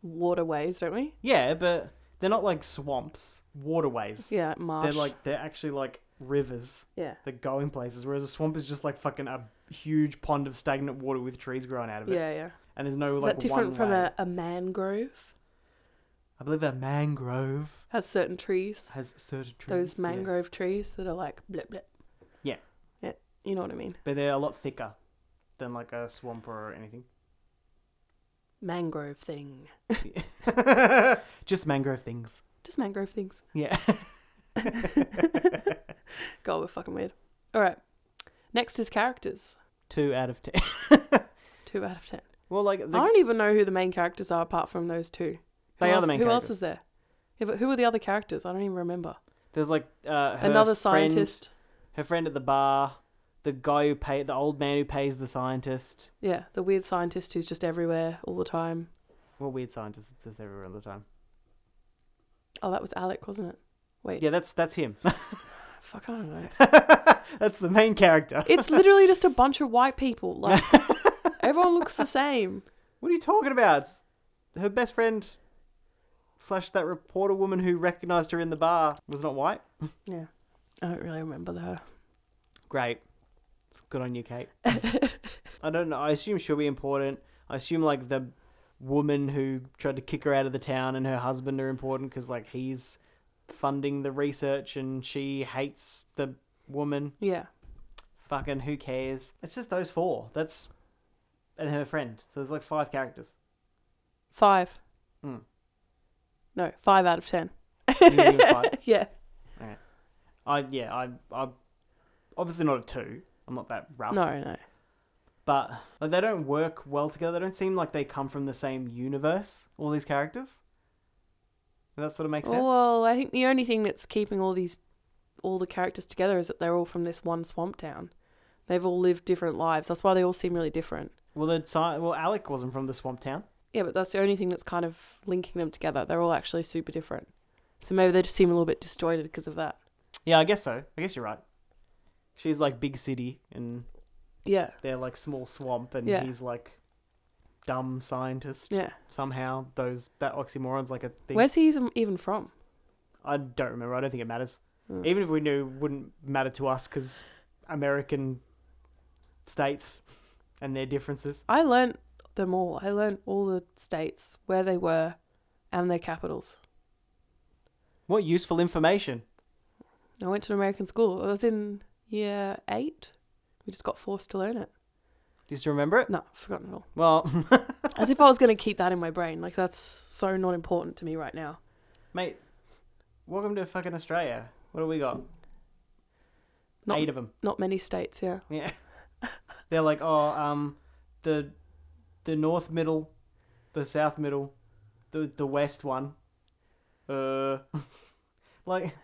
S2: waterways, don't we?
S1: yeah, but they're not like swamps, waterways.
S2: Yeah, like marsh.
S1: They're like they're actually like rivers
S2: yeah,
S1: that go in places, whereas a swamp is just like fucking a huge pond of stagnant water with trees growing out of it.
S2: yeah, yeah.
S1: And there's no
S2: Is
S1: like
S2: that different
S1: one
S2: from
S1: way.
S2: a, a mangrove?
S1: I believe a mangrove
S2: Has certain trees.
S1: has certain trees.
S2: Those
S1: yeah.
S2: mangrove trees that are like blip blip.
S1: Yeah.
S2: Yeah, you know what I mean.
S1: But they're a lot thicker than like a swamp or anything.
S2: Mangrove thing.
S1: Just mangrove things.
S2: Just mangrove things.
S1: Yeah.
S2: God, we're fucking weird. All right. Next is characters.
S1: Two out of ten.
S2: Two out of ten.
S1: Well, like
S2: I
S1: the,
S2: don't even know who the main characters are apart from those two.
S1: They are the
S2: who else,
S1: main
S2: Who else
S1: characters.
S2: is there? Yeah, but who are the other characters? I don't even remember.
S1: there's like uh, her
S2: Another
S1: friend-
S2: scientist.
S1: her friend at the bar, the guy who pay the old man who pays the scientist.
S2: Yeah, the weird scientist who's just everywhere all the time.
S1: Well, weird scientist it's just everywhere all the time.
S2: Oh, that was Alec, wasn't it? Wait,
S1: Yeah, that's that's him.
S2: fuck, I don't know.
S1: that's the main character.
S2: It's literally just a bunch of white people. Like everyone looks the same.
S1: What are you talking about? It's her best friend slash that reporter woman who recognized her in the bar was not white.
S2: Yeah, I don't really remember her.
S1: Great. Good on you, Kate. I don't know. I assume she'll be important. I assume like the woman who tried to kick her out of the town and her husband are important because like he's funding the research and she hates the woman.
S2: Yeah,
S1: Fucking who cares? It's just those four. That's and her friend. So there's like five characters.
S2: five.
S1: Mm.
S2: No, five out of ten.
S1: You give it five?
S2: Yeah,
S1: I yeah. I I obviously not a two. I'm not that rough.
S2: no, no.
S1: but like, they don't work well together. They don't seem like they come from the same universe. All these characters. Does that sort of make sense.
S2: Well, I think the only thing that's keeping all these, all the characters together is that they're all from this one swamp town. They've all lived different lives. That's why they all seem really different.
S1: well, the sci- well Alec wasn't from the swamp town.
S2: Yeah, but that's the only thing that's kind of linking them together. They're all actually super different. So maybe they just seem a little bit disjointed because of that.
S1: Yeah, I guess so. I guess you're right. She's like big city and
S2: Yeah.
S1: they're like small swamp, and
S2: Yeah.
S1: he's like dumb scientist.
S2: Yeah.
S1: Somehow those that oxymoron's like a thing.
S2: Where's he even- even from?
S1: I don't remember. I don't think it matters.
S2: Hmm.
S1: Even if we knew, it wouldn't matter to us because American states and their differences.
S2: I learnt them all. I learnt all the states, where they were, and their capitals.
S1: What useful information!
S2: I went to an American school. I was in year eight. We just got forced to learn it.
S1: Do you still remember it?
S2: No, I've forgotten it all.
S1: Well,
S2: As if I was going to keep that in my brain. Like, that's so not important to me right now.
S1: mate, welcome to fucking Australia. What do we got?
S2: Not,
S1: Eight of them.
S2: not many states, yeah.
S1: Yeah. They're like, oh, um, the the north middle, the south middle, the the west one. Uh, like,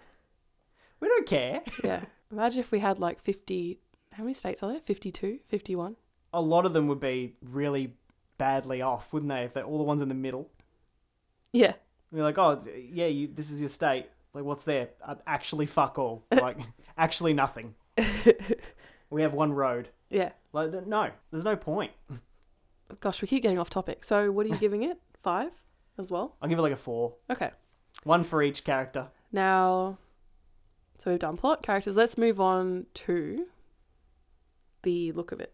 S1: we don't care.
S2: Yeah. Imagine if we had like 50. How many states are there? 52? 51?
S1: A lot of them would be really badly off, wouldn't they? If they're all the ones in the middle.
S2: Yeah.
S1: You're like, oh, it's- yeah, you, this is your state. Like, what's there? Uh, actually, fuck all. Like, actually, nothing. we have one road.
S2: Yeah.
S1: Like, th- no, there's no point.
S2: Gosh, we keep getting off topic. So, what are you giving it? Five as well?
S1: I'll give it like a four.
S2: Okay.
S1: One for each character.
S2: Now, so we've done plot characters. Let's move on to the look of it.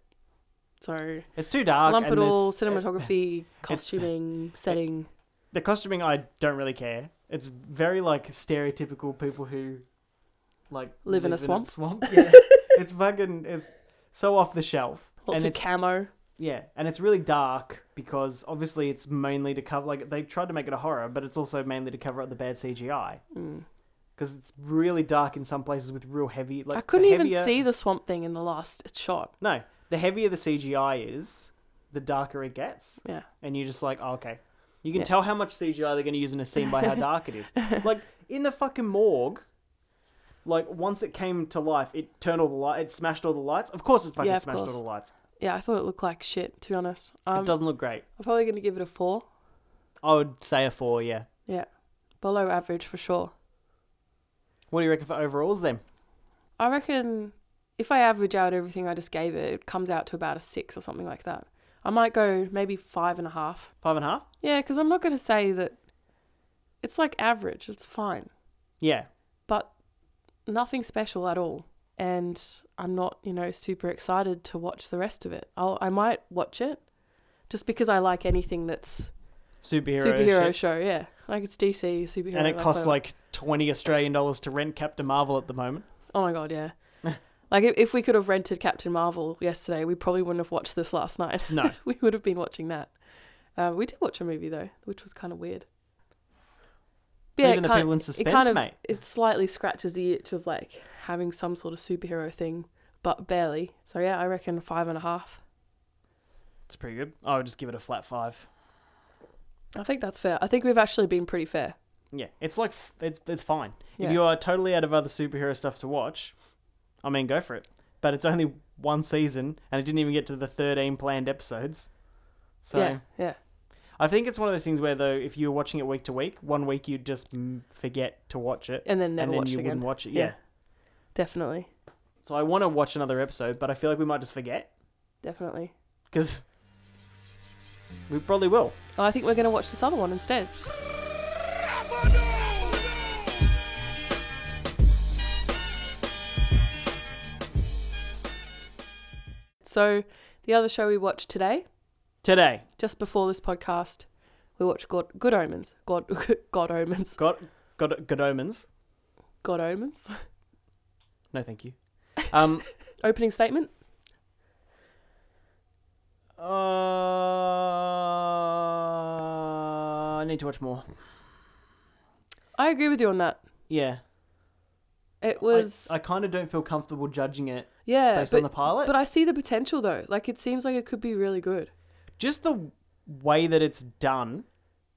S2: So,
S1: It's too dark.
S2: lump
S1: and
S2: it all,
S1: there's- uh,
S2: cinematography, costuming, setting.
S1: The costuming, I don't really care. It's very like stereotypical people who like
S2: Live in a swamp.
S1: swamp. Yeah. it's fucking. It's so off the shelf.
S2: Lots
S1: and
S2: of
S1: it's
S2: camo.
S1: Yeah, and it's really dark because obviously it's mainly to cover like they tried to make it a horror, but it's also mainly to cover up the bad CGI.
S2: Mm.
S1: Because it's really dark in some places with real heavy. Like
S2: I couldn't
S1: the
S2: even
S1: heavier-
S2: see the swamp thing in the last shot.
S1: No, the heavier the CGI is, the darker it gets,
S2: Yeah.
S1: and you're just like, oh, okay, you can
S2: Yeah.
S1: tell how much CGI they're going to use in a scene by how dark it is. Like in the fucking morgue. Like once it came to life, it turned all the light. It smashed all the lights. Of course, it fucking
S2: Yeah, of
S1: smashed
S2: course.
S1: all the lights.
S2: Yeah, I thought it looked like shit, to be honest. Um,
S1: it doesn't look great.
S2: I'm probably going to give it a four.
S1: I would say a four. Yeah.
S2: Yeah. Below average for sure.
S1: What do you reckon for overalls then?
S2: I reckon if I average out everything I just gave it, it comes out to about a six or something like that. I might go maybe five and a half.
S1: Five and a half?
S2: Yeah, because I'm not going to say that it's like average. It's fine,
S1: Yeah.
S2: but nothing special at all. And I'm not, you know, super excited to watch the rest of it. I'll, I might watch it just because I like anything that's
S1: Superhero.
S2: superhero
S1: shit.
S2: show. Yeah, like it's DC superhero.
S1: And it costs
S2: whatever.
S1: like 20 Australian dollars to rent Captain Marvel at the moment.
S2: Oh my god, yeah. like if, if we could have rented Captain Marvel yesterday, we probably wouldn't have watched this last night.
S1: No.
S2: we would have been watching that. Um, we did watch a movie though, which was kind of weird. But
S1: Leaving the
S2: kind-
S1: people in suspense,
S2: kind of,
S1: mate.
S2: It slightly scratches the itch of like having some sort of superhero thing, but barely. So yeah, I reckon five and a half.
S1: It's pretty good. I would just give it a flat five.
S2: I think that's fair. I think we've actually been pretty fair.
S1: Yeah, it's like f- it's it's fine.
S2: Yeah.
S1: If you are totally out of other superhero stuff to watch, I mean, go for it. But it's only one season, and it didn't even get to the thirteen planned episodes. So
S2: yeah, yeah.
S1: I think it's one of those things where though, if you were watching it week to week, one week you'd just mm, forget to watch it,
S2: And then never watch it
S1: you
S2: again.
S1: wouldn't watch it.
S2: Yeah.
S1: yeah.
S2: Definitely.
S1: So I want to watch another episode, but I feel like we might just forget
S2: Definitely.
S1: because we probably will.
S2: Oh, I think we're going to watch this other one instead. So, the other show we watched today,
S1: Today,
S2: just before this podcast, we watched God, Good Omens. God, God Omens.
S1: got got good omens.
S2: God Omens.
S1: No, thank you. Um,
S2: Opening statement.
S1: uh, I need to watch more.
S2: I agree with you on that.
S1: Yeah,
S2: It was
S1: I, I kind of don't feel comfortable judging it
S2: yeah,
S1: based
S2: but,
S1: on the pilot.
S2: but I see the potential though. Like it seems like it could be really good.
S1: Just the way that it's done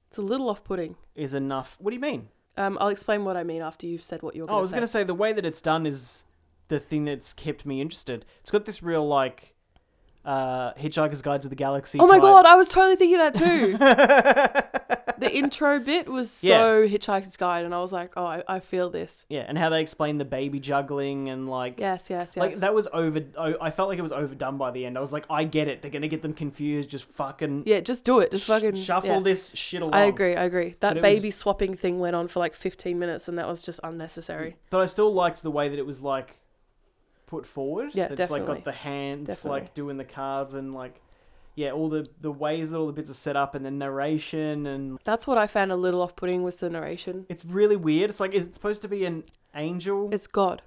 S2: It's a little off-putting.
S1: is enough. What do you mean?
S2: Um, I'll explain what I mean after you've said what you're. Gonna
S1: Oh, I was
S2: say.
S1: going to say the way that it's done is the thing that's kept me interested. It's got this real like uh Hitchhiker's Guide to the Galaxy.
S2: Oh my
S1: type-
S2: god, I was totally thinking that too. the intro bit was so Hitchhiker's Guide, and I was like, oh, I, I feel this.
S1: Yeah, and how they explain the baby juggling and like
S2: Yes, yes, yes.
S1: like that was over I I felt like it was overdone by the end. I was like I get it. They're going to get them confused just fucking
S2: yeah, just do it. Just fucking
S1: shuffle
S2: yeah.
S1: this shit along.
S2: I agree, I agree.
S1: But
S2: That
S1: it was-
S2: baby swapping thing went on for like 15 minutes, and that was just unnecessary.
S1: But I still liked the way that it was like put forward.
S2: Yeah,
S1: that it's like
S2: definitely.
S1: got the hands
S2: Definitely.
S1: like doing the cards and like yeah, all the the ways that all the bits are set up and the narration and
S2: That's what I found a little off putting was the narration.
S1: It's really weird. It's like, is it supposed to be an angel?
S2: It's God.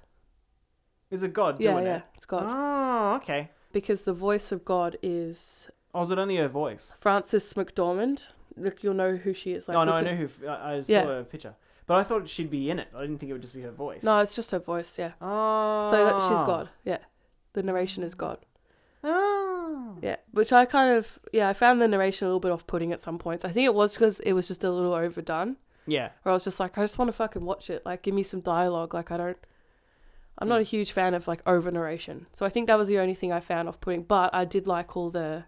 S1: is it God
S2: Yeah,
S1: doing
S2: yeah,
S1: it?
S2: it's God.
S1: Oh, okay.
S2: Because the voice of God is
S1: Oh, is it only her voice?
S2: Frances McDormand. Look, you'll know who she is. Like,
S1: oh, no, I
S2: look
S1: know
S2: at-
S1: who. f- I, I saw
S2: Yeah.
S1: her picture. But I thought she'd be in it. I didn't think it would just be her voice.
S2: No, it's just her voice, yeah.
S1: Oh.
S2: So that, she's God, yeah. The narration is God.
S1: Oh.
S2: Yeah, which I kind of yeah, I found the narration a little bit off-putting at some points. I think it was because it was just a little overdone.
S1: Yeah.
S2: Or I was just like, I just want to fucking watch it. Like, give me some dialogue. Like, I don't. I'm not a huge fan of like over narration, so I think that was the only thing I found off-putting. But I did like all the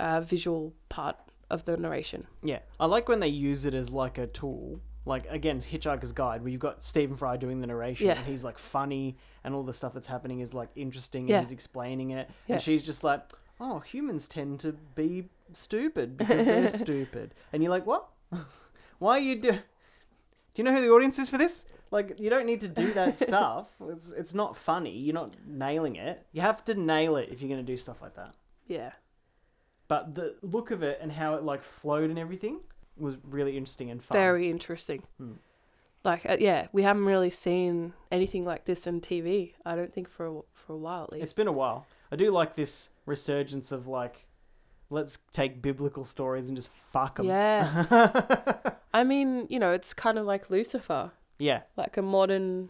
S2: uh, visual part of the narration.
S1: Yeah. I like when they use it as like a tool. Like, again, it's Hitchhiker's Guide, where you've got Stephen Fry doing the narration.
S2: Yeah.
S1: And he's like funny, and all the stuff that's happening is like interesting,
S2: Yeah.
S1: and he's explaining it.
S2: Yeah.
S1: And she's just like, oh, humans tend to be stupid because they're stupid. And you're like, what? Why are you do? Do you know who the audience is for this? Like, you don't need to do that stuff. It's, it's not funny. You're not nailing it. You have to nail it if you're going to do stuff like that
S2: Yeah,
S1: but the look of it and how it like flowed and everything was really interesting and fun.
S2: very interesting. Like, uh, yeah, we haven't really seen anything like this in TV. I don't think for a, for a while at least.
S1: It's been a while. I do like this resurgence of like, let's take biblical stories and just fuck them.
S2: Yes. I mean, you know, it's kind of like Lucifer,
S1: yeah,
S2: like a modern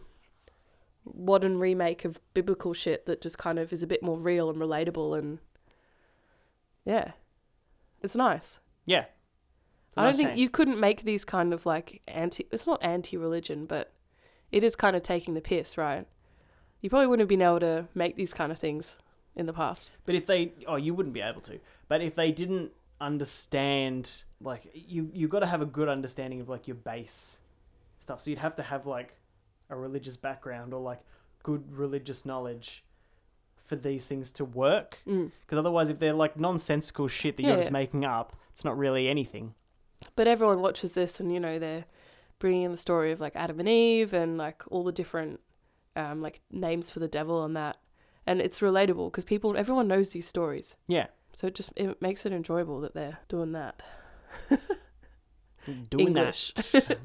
S2: modern remake of biblical shit that just kind of is a bit more real and relatable and yeah. It's nice.
S1: yeah. It's a
S2: I don't
S1: nice
S2: think
S1: change.
S2: you couldn't make these kind of like anti it's not anti-religion, but it is kind of taking the piss, right? You probably wouldn't have been able to make these kind of things in the past.
S1: But if they, oh, you wouldn't be able to. But if they didn't understand, like, you you got to have a good understanding of like your base stuff. So you'd have to have like a religious background or like good religious knowledge for these things to work. Because otherwise, if they're like nonsensical shit that
S2: Mm. Yeah,
S1: you're just
S2: yeah.
S1: making up, it's not really anything.
S2: but everyone watches this and you know they're bringing in the story of like adam and eve and like all the different um, like names for the devil and that and it's relatable because people everyone knows these stories
S1: Yeah,
S2: so it just it makes it enjoyable that they're doing that
S1: doing
S2: English.
S1: that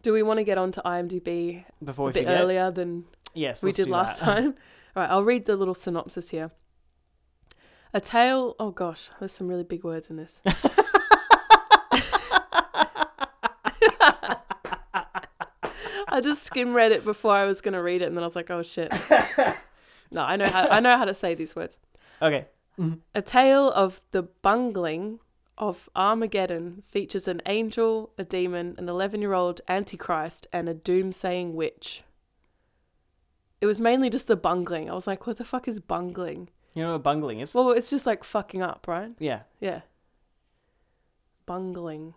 S2: do we want to get on to imdb
S1: before we
S2: a bit
S1: forget.
S2: earlier than
S1: Yes,
S2: we
S1: let's
S2: did
S1: do
S2: last
S1: that.
S2: time all right i'll read the little synopsis here a tale oh gosh there's some really big words in this I just skim read it before I was gonna read it, and then I was like, "Oh shit!" no, I know how I know how to say these words.
S1: Okay, Mhm.
S2: A tale of the bungling of Armageddon features an angel, a demon, an 11 year old antichrist, and a doomsaying witch. It was mainly just the bungling. I was like, what the fuck is bungling?
S1: You know what bungling is?
S2: Well, it's just like fucking up, right?
S1: yeah.
S2: Yeah. Bungling.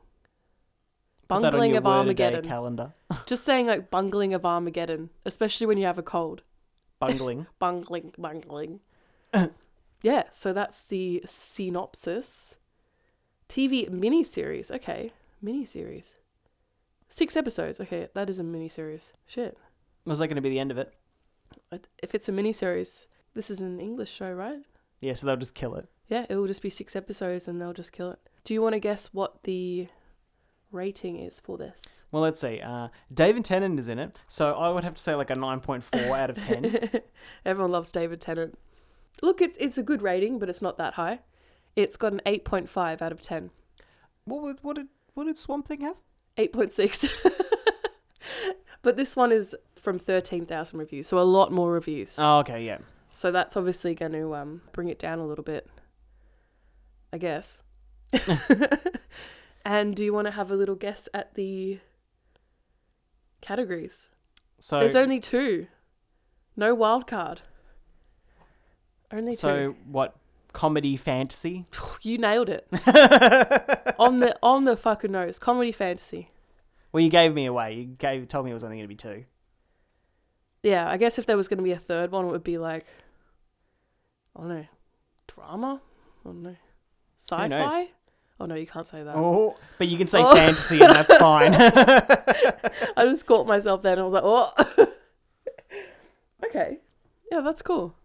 S1: Put that on
S2: Bungling
S1: your
S2: of
S1: word a day
S2: Armageddon.
S1: calendar.
S2: Just saying like bungling of Armageddon, especially when you have a cold.
S1: Bungling.
S2: Bungling, bungling. yeah, so that's the synopsis. TV miniseries. Okay, miniseries. Six episodes. Okay, that is a miniseries. Shit.
S1: Was that going to be the end of it?
S2: But If it's a miniseries, this is an English show, right?
S1: Yeah, so they'll just kill it.
S2: Yeah, it will just be six episodes and they'll just kill it. Do you want to guess what the rating is for this?
S1: Well, let's see. Uh, David Tennant is in it, so I would have to say like a 9.4 out of 10.
S2: Everyone loves David Tennant. Look, it's it's a good rating, but it's not that high. It's got an 8.5 out of 10.
S1: what, would, what, did, what did Swamp Thing have?
S2: 8.6. but this one is from 13,000 reviews, so a lot more reviews.
S1: Oh, okay, yeah.
S2: So that's obviously going to um, bring it down a little bit, I guess. and do you want to have a little guess at the categories?
S1: So,
S2: There's only two. No wild card. Only two.
S1: so what? Comedy fantasy?
S2: You nailed it. on the on the fucking nose. Comedy fantasy.
S1: Well, you gave me away. You gave told me it was only going to be two.
S2: Yeah, I guess if there was going to be a third one, it would be like, I don't know, drama? I don't know. Sci
S1: knows?
S2: fi? Oh, no, you can't say that.
S1: Oh, but you can say
S2: Oh.
S1: fantasy, and that's fine.
S2: I just caught myself there and I was like, oh. okay. Yeah, that's cool.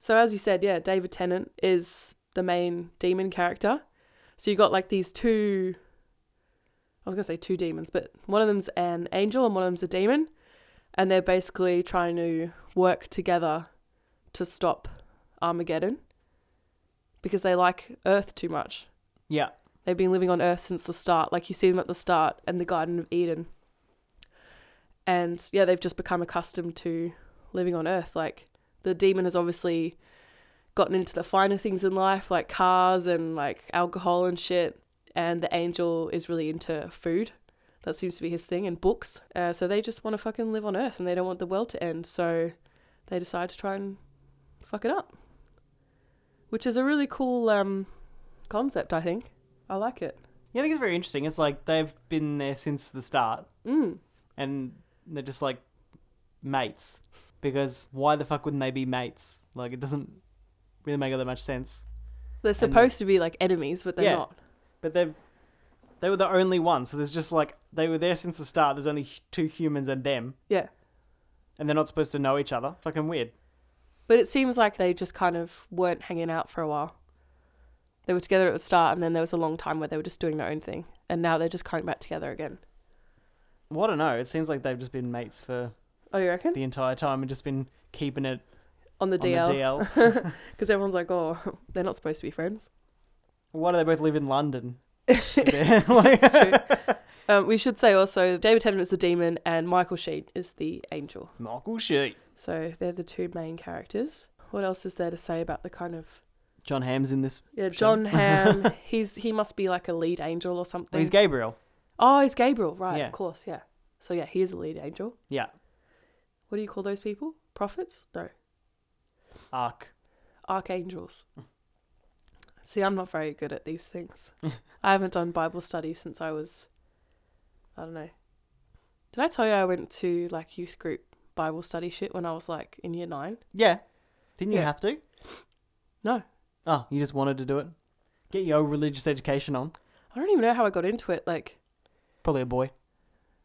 S2: So, as you said, yeah, David Tennant is the main demon character. So, you got like these two, I was going to say two demons, but one of them's an angel and one of them's a demon. And they're basically trying to work together to stop Armageddon because they like Earth too much.
S1: yeah.
S2: They've been living on Earth since the start. Like you see them at the start and the Garden of Eden. And yeah, they've just become accustomed to living on Earth. Like the demon has obviously gotten into the finer things in life, like cars and like alcohol and shit. And the angel is really into food. That seems to be his thing and books. Uh, so they just want to fucking live on Earth and they don't want the world to end. So they decide to try and fuck it up, which is a really cool um, concept, I think. I like it.
S1: Yeah, I think it's very interesting. It's like they've been there since the start,
S2: Mm.
S1: and they're just like mates. Because why the fuck wouldn't they be mates? Like, it doesn't really make all that much sense.
S2: They're supposed to be like enemies, but they're
S1: Yeah.
S2: not.
S1: But they they were the only ones. So there's just like they were there since the start. There's only h- two humans and them,
S2: Yeah.
S1: and they're not supposed to know each other. Fucking weird.
S2: But it seems like they just kind of weren't hanging out for a while. They were together at the start, and then there was a long time where they were just doing their own thing. And now they're just coming back together again.
S1: Well, I don't know. It seems like they've just been mates for
S2: Oh, you reckon?
S1: the entire time and just been keeping it
S2: on the
S1: on the
S2: DL.
S1: DL.
S2: Because everyone's like, oh, they're not supposed to be friends.
S1: Why do they both live in London?
S2: It's true. um, we should say also David Tennant is the demon, and Michael Sheen is the angel.
S1: Michael Shee.
S2: So they're the two main characters. What else is there to say about the kind of
S1: John Ham's in this.
S2: Yeah,
S1: show.
S2: John Ham. he's he must be like a lead angel or something.
S1: Well, he's Gabriel.
S2: oh, he's Gabriel, right?
S1: Yeah.
S2: Of course, yeah. So yeah, he is a lead angel.
S1: Yeah.
S2: What do you call those people? Prophets? No,
S1: Ark.
S2: archangels. See, I'm not very good at these things. I haven't done Bible study since I was, I don't know. Did I tell you I went to like youth group Bible study shit when I was like in year nine?
S1: Yeah. Didn't you
S2: Yeah.
S1: have to?
S2: No,
S1: Oh, you just wanted to do it? Get your religious education on.
S2: I don't even know how I got into it. Like,
S1: Probably a boy.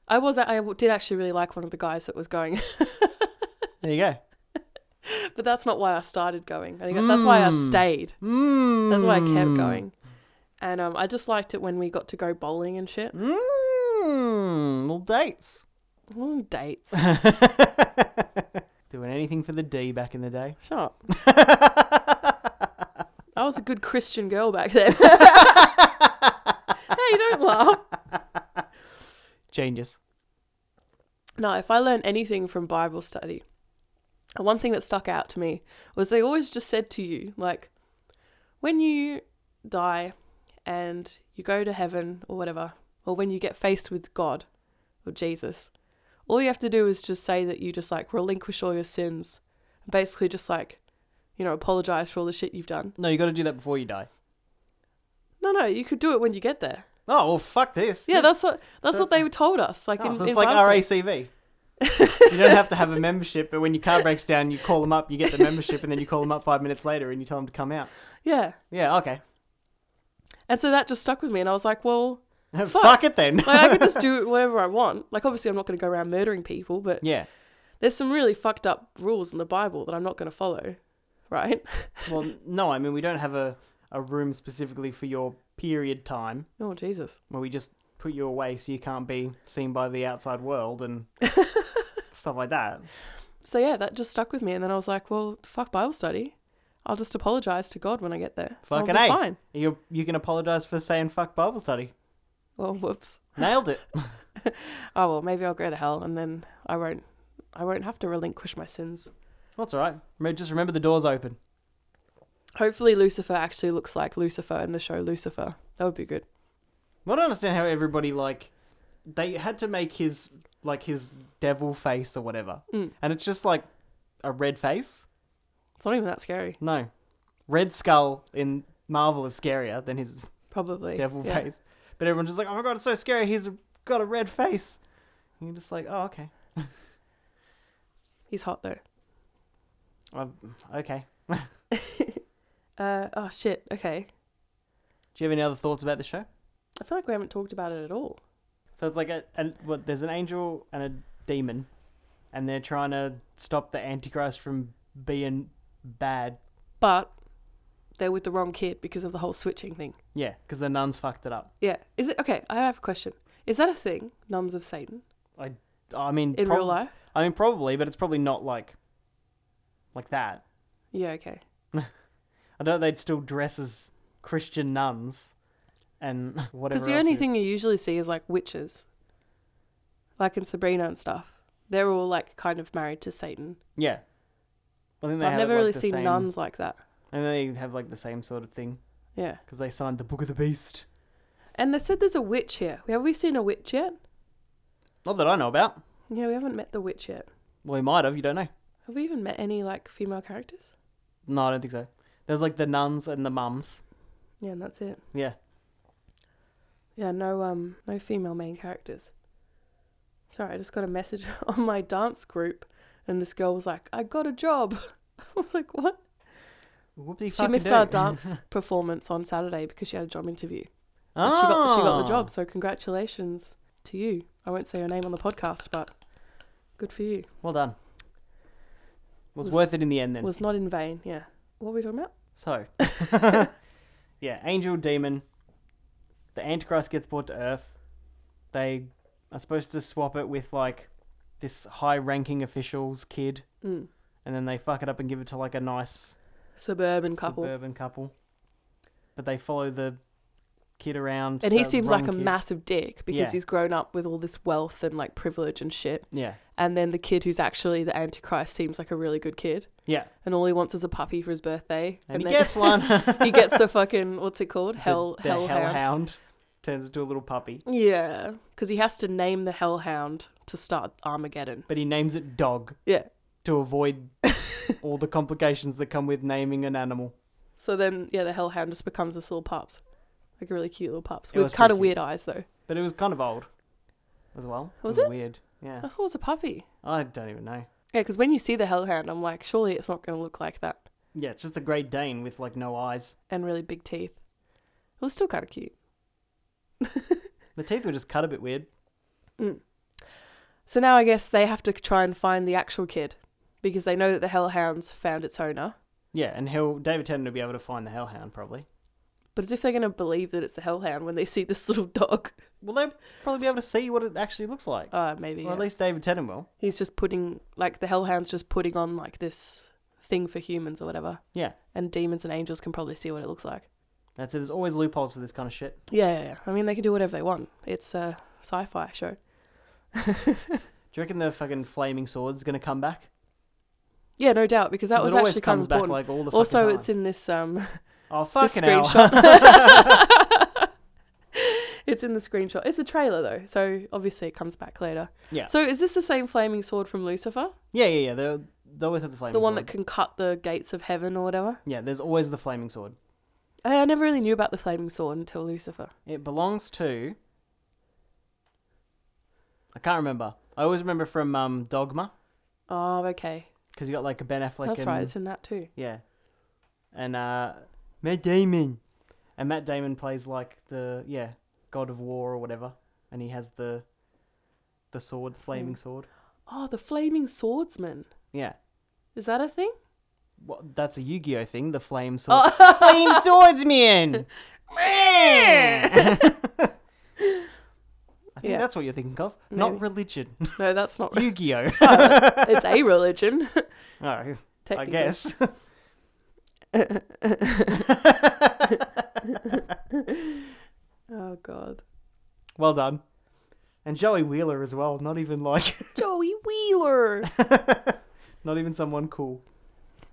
S2: I was I did actually really like one of the guys that was going.
S1: There you go.
S2: But that's not why I started going. I think that's why I
S1: Mm.
S2: stayed.
S1: Mm.
S2: That's why I kept going. And um, I just liked it when we got to go bowling and shit.
S1: Mmm. Little dates.
S2: It wasn't dates.
S1: Doing anything for the D back in the day.
S2: Shut up. I was a good Christian girl back then. hey, don't laugh.
S1: Genius.
S2: No, if I learn anything from Bible study, And one thing that stuck out to me was they always just said to you, like, when you die and you go to heaven or whatever, or when you get faced with God or Jesus, all you have to do is just say that you just like relinquish all your sins. Basically, just like, you know, apologize for all the shit you've done.
S1: No, you got to do that before you die.
S2: No, no, you could do it when you get there.
S1: Oh well, fuck this.
S2: Yeah, that's what that's what they told us. Like,
S1: Oh,
S2: in,
S1: so
S2: in
S1: it's like
S2: Bible study.
S1: RACV. you don't have to have a membership, but when your car breaks down, you call them up, you get the membership, and then you call them up five minutes later and you tell them to come out.
S2: Yeah,
S1: Yeah, okay.
S2: and so that just stuck with me, and I was like, well,
S1: Fuck,
S2: Fuck.
S1: it then.
S2: like, I could just do whatever I want. Like, obviously, I'm not going to go around murdering people, but
S1: yeah.
S2: there's some really fucked up rules in the Bible that I'm not going to follow, right?
S1: Well, no, I mean we don't have a, a room specifically for your period time
S2: Oh Jesus!
S1: where we just put you away so you can't be seen by the outside world and stuff like that.
S2: So yeah, that just stuck with me, and then I was like, well, fuck Bible study. I'll just apologize to God when I get there. I'll
S1: Fucking
S2: be
S1: A.
S2: fine.
S1: You you can apologize for saying fuck Bible study.
S2: Well, whoops.
S1: Nailed it.
S2: Oh well, maybe I'll go to hell, and then I won't. I won't have to relinquish my sins.
S1: That's all right. Remember- Just remember the door's open.
S2: Hopefully, Lucifer actually looks like Lucifer in the show Lucifer. That would be good.
S1: Well, I don't understand how everybody like they had to make his like his devil face or whatever,
S2: Mm.
S1: and it's just like a red face.
S2: It's not even that scary,
S1: No, Red Skull in Marvel is scarier than his
S2: probably.
S1: devil
S2: Eh, Yeah.
S1: face. But everyone's just like, oh my god, it's so scary. He's got a red face. And you're just like, oh okay,
S2: He's hot though.
S1: Um, okay.
S2: Uh, oh shit. Okay.
S1: Do you have any other thoughts about the show?
S2: I feel like we haven't talked about it at all.
S1: So it's like a, a what? There's an angel and a demon, and they're trying to stop the Antichrist from being bad.
S2: but they're with the wrong kid because of the whole switching thing.
S1: Yeah, because the nuns fucked it up.
S2: Yeah. Is it okay? I have a question. Is that a thing? Nuns of Satan
S1: I, I mean,
S2: in
S1: prob-
S2: real life?
S1: I mean, probably, but it's probably not like, like that.
S2: Yeah. Okay.
S1: I know they'd still dress as Christian nuns, and whatever.
S2: Because the
S1: else
S2: only
S1: it is.
S2: thing you usually see is like witches, like in Sabrina and stuff. They're all like kind of married to Satan.
S1: Yeah. I think they
S2: I've
S1: have it,
S2: never
S1: like,
S2: really
S1: the
S2: seen
S1: same,
S2: nuns like that.
S1: And they have like the same sort of thing
S2: Yeah.
S1: because they signed the Book of the Beast.
S2: And they said there's a witch here. Have we seen a witch yet?
S1: Not that I know about.
S2: Yeah, we haven't met the witch yet.
S1: Well, he might have. You don't know.
S2: Have we even met any like female characters?
S1: No, I don't think so. There's like the nuns and the mums.
S2: Yeah, and that's it.
S1: Yeah.
S2: Yeah, no um no female main characters. Sorry, I just got a message on my dance group and this girl was like, I got a job. I was like, what?
S1: Whoopie
S2: She missed our dance performance on Saturday because she had a job interview. And
S1: Oh.
S2: She got she got the job, so congratulations to you. I won't say her name on the podcast, but good for you.
S1: Well done. Was,
S2: Was-
S1: worth it in the end then.
S2: Was not in vain, yeah. What were we talking about?
S1: So, yeah, angel, demon. The Antichrist gets brought to Earth. They are supposed to swap it with like this high-ranking official's kid,
S2: Mm.
S1: and then they fuck it up and give it to like a nice
S2: Suburban couple.
S1: suburban couple. But they follow the kid around,
S2: and he
S1: the
S2: seems like a
S1: wrong kid.
S2: massive dick because
S1: Yeah.
S2: he's grown up with all this wealth and like privilege and shit.
S1: Yeah,
S2: and then the kid who's actually the antichrist seems like a really good kid
S1: yeah,
S2: and all he wants is a puppy for his birthday
S1: and, he
S2: then
S1: gets one.
S2: he gets the fucking what's it called hell
S1: the, the
S2: hellhound
S1: hellhound turns into a little puppy,
S2: yeah because he has to name the hellhound to start armageddon
S1: but he names it Dog
S2: yeah
S1: to avoid all the complications that come with naming an animal.
S2: so then yeah the hellhound just becomes this little pups like a really cute little pups
S1: It was
S2: with kind of
S1: pretty
S2: weird eyes though
S1: But it was kind of old as well.
S2: Was
S1: it?
S2: it? Oh.
S1: Weird. Yeah.
S2: i thought it was a puppy
S1: I don't even know.
S2: yeah because when you see the hellhound i'm like surely it's not going to look like that
S1: Yeah, it's just a Great Dane with like no eyes.
S2: and really big teeth it was still kind of cute
S1: The teeth were just cut a bit weird.
S2: Mm. So now I guess they have to try and find the actual kid because they know that the Hellhounds found its owner.
S1: Yeah, and he'll David Tennant will be able to find the Hellhound probably.
S2: But as if they're going to believe that it's the Hellhound when they see this little dog.
S1: Well, they'll probably be able to see what it actually looks like.
S2: Uh, maybe.
S1: Well, at
S2: yeah.
S1: least David Tennant will.
S2: He's just putting, like, the Hellhound's just putting on, like, this thing for humans or whatever.
S1: Yeah,
S2: And demons and angels can probably see what it looks like.
S1: that's it. There's always loopholes for this kind of shit.
S2: Yeah, yeah, yeah. I mean, they can do whatever they want. It's a sci fi show.
S1: Do you reckon the fucking flaming sword's gonna come back?
S2: Yeah, no doubt, because that
S1: 'Cause
S2: was
S1: it always
S2: actually kind
S1: comes
S2: of important.
S1: back like all the fucking
S2: also,
S1: time.
S2: it's in this um
S1: oh
S2: this
S1: fucking hell.
S2: screenshot. it's in the screenshot. It's a trailer though, so obviously it comes back later.
S1: Yeah.
S2: So is this the same flaming sword from Lucifer,
S1: yeah, yeah, yeah. They they always have the flaming
S2: the one
S1: sword.
S2: that can cut the gates of heaven or whatever?
S1: Yeah, there's always the flaming sword.
S2: I, I never really knew about the flaming sword until Lucifer.
S1: It belongs to. I can't remember. I always remember from um, Dogma
S2: Oh, okay,
S1: because you got like a Ben Affleck.
S2: that's
S1: and,
S2: right. It's in that too.
S1: Yeah, and uh, Matt Damon, and Matt Damon plays like the yeah God of War or whatever, and he has the the sword, the flaming sword.
S2: Oh, the flaming swordsman.
S1: Yeah,
S2: Is that a thing?
S1: well, that's a Yu-Gi-Oh thing. The flame sword,
S2: Oh.
S1: flame swordsman. I think
S2: Yeah.
S1: that's what you're thinking of. Not
S2: Maybe.
S1: religion.
S2: No, that's not.
S1: Yu Gi Oh!
S2: it's a religion.
S1: Oh, I
S2: technically.
S1: guess.
S2: Oh God.
S1: well done. And Joey Wheeler as well. Not even like,
S2: Joey Wheeler.
S1: not even someone cool.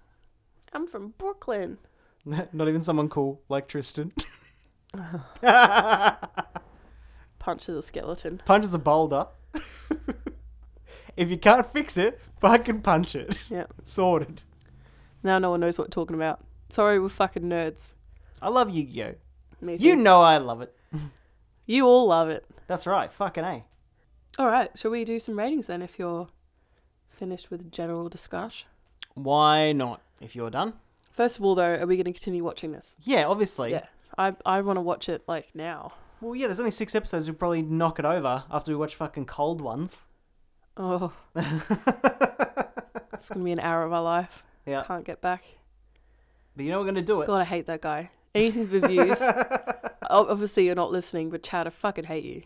S2: I'm from Brooklyn.
S1: Not even someone cool like Tristan.
S2: Punches a skeleton.
S1: Punches a boulder. if you can't fix it, fucking punch it.
S2: Yeah.
S1: Sorted.
S2: Now no one knows what we're talking about. Sorry, we're fucking nerds.
S1: I love Yu Gi Oh!
S2: Me
S1: You
S2: too.
S1: know I love it.
S2: you all love it.
S1: That's right. Fucking A.
S2: All right, shall we do some ratings then? If you're finished with the general discussion.
S1: Why not? If you're done.
S2: First of all, though, are we going to continue watching this?
S1: Yeah, obviously.
S2: Yeah. I I want to watch it like now.
S1: Well, yeah, there's only six episodes. We'll probably knock it over after we watch fucking cold ones.
S2: Oh, it's gonna be an hour of our life.
S1: Yeah.
S2: Can't get back.
S1: But you know we're going to do it.
S2: God, I hate that guy. Anything for views. O- Obviously, you're not listening, but Chad, I fucking hate you.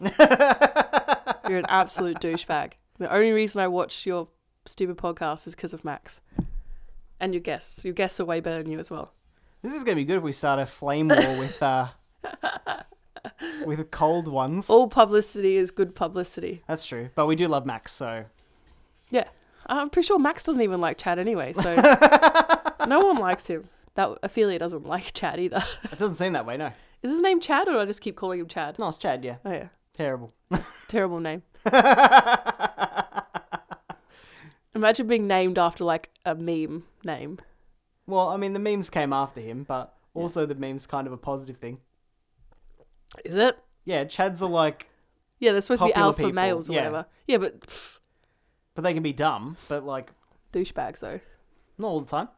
S2: you're an absolute douchebag. The only reason I watch your stupid podcast is because of Max. And your guests. Your guests are way better than you as well.
S1: This is going to be good if we start a flame war with uh with cold ones.
S2: All publicity is good publicity.
S1: That's true. But we do love Max, so
S2: Yeah. I'm pretty sure Max doesn't even like Chad anyway, so no one likes him. That Ophelia doesn't like Chad either.
S1: it doesn't seem that way, no.
S2: Is his name Chad or do I just keep calling him Chad?
S1: No, it's Chad, yeah.
S2: Oh yeah.
S1: Terrible.
S2: Terrible name. Imagine being named after like a meme name.
S1: Well, I mean, the memes came after him, but also the memes kind of a positive thing.
S2: Is it?
S1: Yeah, Chads are like,
S2: Yeah, they're supposed to be
S1: Popular
S2: alpha
S1: people,
S2: males or
S1: yeah.
S2: whatever. Yeah, but pff,
S1: but they can be dumb, but like,
S2: douchebags though.
S1: not all the time.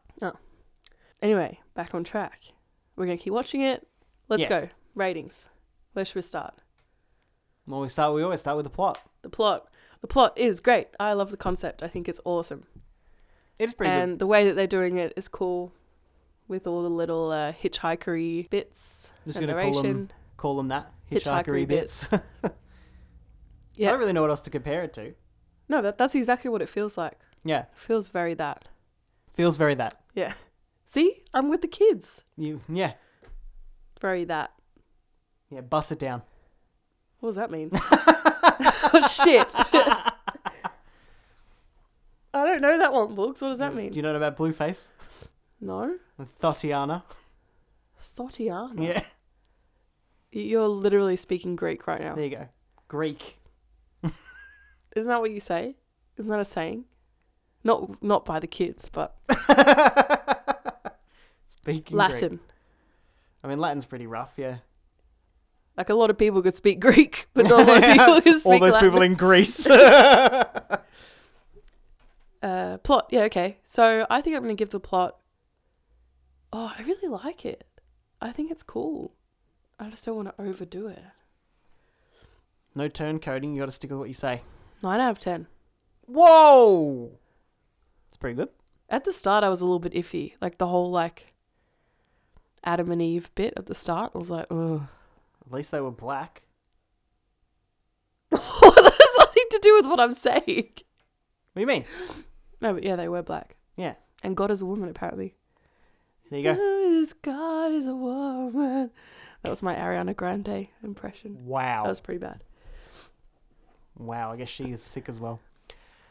S2: Anyway, back on track. We're gonna keep watching it. Let's
S1: Yes.
S2: go. Ratings. Where should we start?
S1: When we start, we always start with the plot.
S2: The plot. The plot is great. I love the concept. I think it's awesome.
S1: It's pretty
S2: and the way that they're doing it is cool, with all the little uh, hitchhikery bits,
S1: I'm just
S2: and
S1: gonna call 'em-
S2: narration.
S1: good. Call them that. Hitchhikery
S2: Hitchhikery
S1: bits. I
S2: Yeah.
S1: don't really know what else to compare it to.
S2: No, that, that's exactly what it feels like.
S1: Yeah,
S2: It feels very that.
S1: feels very that.
S2: Yeah. See, I'm with the kids.
S1: You, yeah,
S2: Very that.
S1: yeah. Bust it down.
S2: What does that mean? oh, shit. I don't know that one, Books. What does that
S1: Do
S2: mean?
S1: you know about Blueface
S2: No?
S1: and Thotiana?
S2: Thotiana.
S1: Yeah,
S2: You're literally speaking Greek right now.
S1: there you go. Greek.
S2: Isn't that what you say? Isn't that a saying? Not not by the kids, but
S1: Speaking
S2: Latin.
S1: Greek. I mean, Latin's pretty rough. Yeah.
S2: Like a lot of people could speak Greek, but not a lot of people could speak
S1: All those
S2: Latin.
S1: people in Greece.
S2: uh, plot, yeah, okay. So I think I'm going to give the plot. Oh, I really like it. I think it's cool. I just don't want to overdo it.
S1: no turn coding. You got to stick with what you say.
S2: Nine out of ten.
S1: Whoa. It's pretty good.
S2: At the start, I was a little bit iffy. Like the whole like Adam and Eve bit at the start, I was like, ugh.
S1: At least they were black.
S2: that has nothing to do with what I'm saying.
S1: What do you mean?
S2: No, but yeah, they were black.
S1: Yeah.
S2: And God is a woman, apparently.
S1: There you go.
S2: Oh, this God is a woman. That was my Ariana Grande impression.
S1: Wow.
S2: That was pretty bad.
S1: Wow. I guess she is sick as well.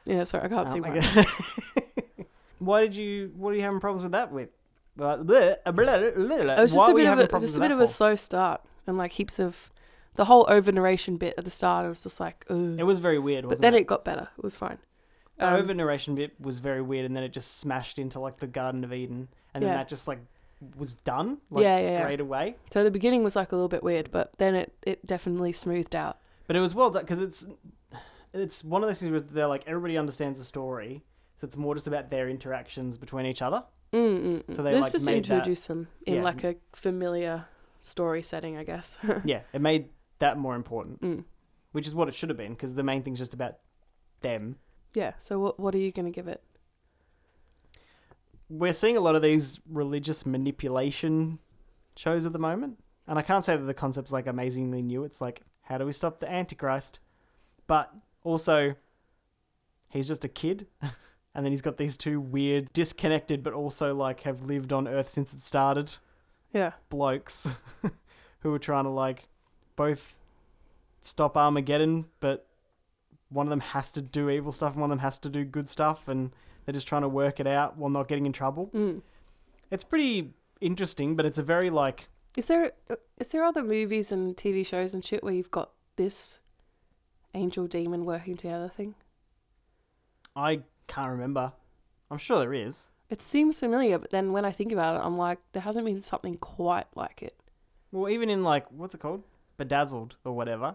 S2: Yeah, sorry, I
S1: Um,
S2: can't see
S1: I
S2: why.
S1: guess- why did you? What are you having problems with that with? Uh, bleh, uh, bleh, bleh, bleh.
S2: It was
S1: why
S2: just a
S1: were
S2: bit
S1: you
S2: of
S1: having
S2: a,
S1: problems
S2: just a
S1: with that
S2: bit of a
S1: for?
S2: slow start and like heaps of the whole over narration bit at the start. It was just like, ugh.
S1: It was very weird,
S2: but
S1: wasn't
S2: then
S1: it?
S2: it got better. It was fine.
S1: The
S2: um,
S1: over narration bit was very weird, and then it just smashed into like the Garden of Eden, and then
S2: Yeah.
S1: that just like was done like
S2: Yeah, yeah, yeah.
S1: straight away.
S2: So the beginning was like a little bit weird, but then it, it definitely smoothed out.
S1: But it was well done because it's it's one of those things where they're like everybody understands the story, so it's more just about their interactions between each other.
S2: Mm, mm mm.
S1: So they,
S2: Let's
S1: like,
S2: just
S1: made that-
S2: introduce them in
S1: Yeah.
S2: like a familiar story setting, I guess.
S1: Yeah, it made that more important,
S2: Mm.
S1: which is what it should have been because the main thing's just about them.
S2: yeah. So what what are you gonna give it?
S1: We're seeing a lot of these religious manipulation shows at the moment, and I can't say that the concept's like amazingly new. It's like how do we stop the Antichrist, but also he's just a kid. And then he's got these two weird, disconnected, but also like have lived on Earth since it started.
S2: Yeah.
S1: blokes who were trying to like both stop Armageddon, but one of them has to do evil stuff and one of them has to do good stuff, and they're just trying to work it out while not getting in trouble.
S2: Mm.
S1: It's pretty interesting, but it's a very like
S2: Is there uh, is there other movies and TV shows and shit where you've got this angel demon working together thing?
S1: I can't remember. I'm sure there is.
S2: It seems familiar, but then when I think about it, I'm like, there hasn't been something quite like it.
S1: Well, even in like what's it called, Bedazzled or whatever,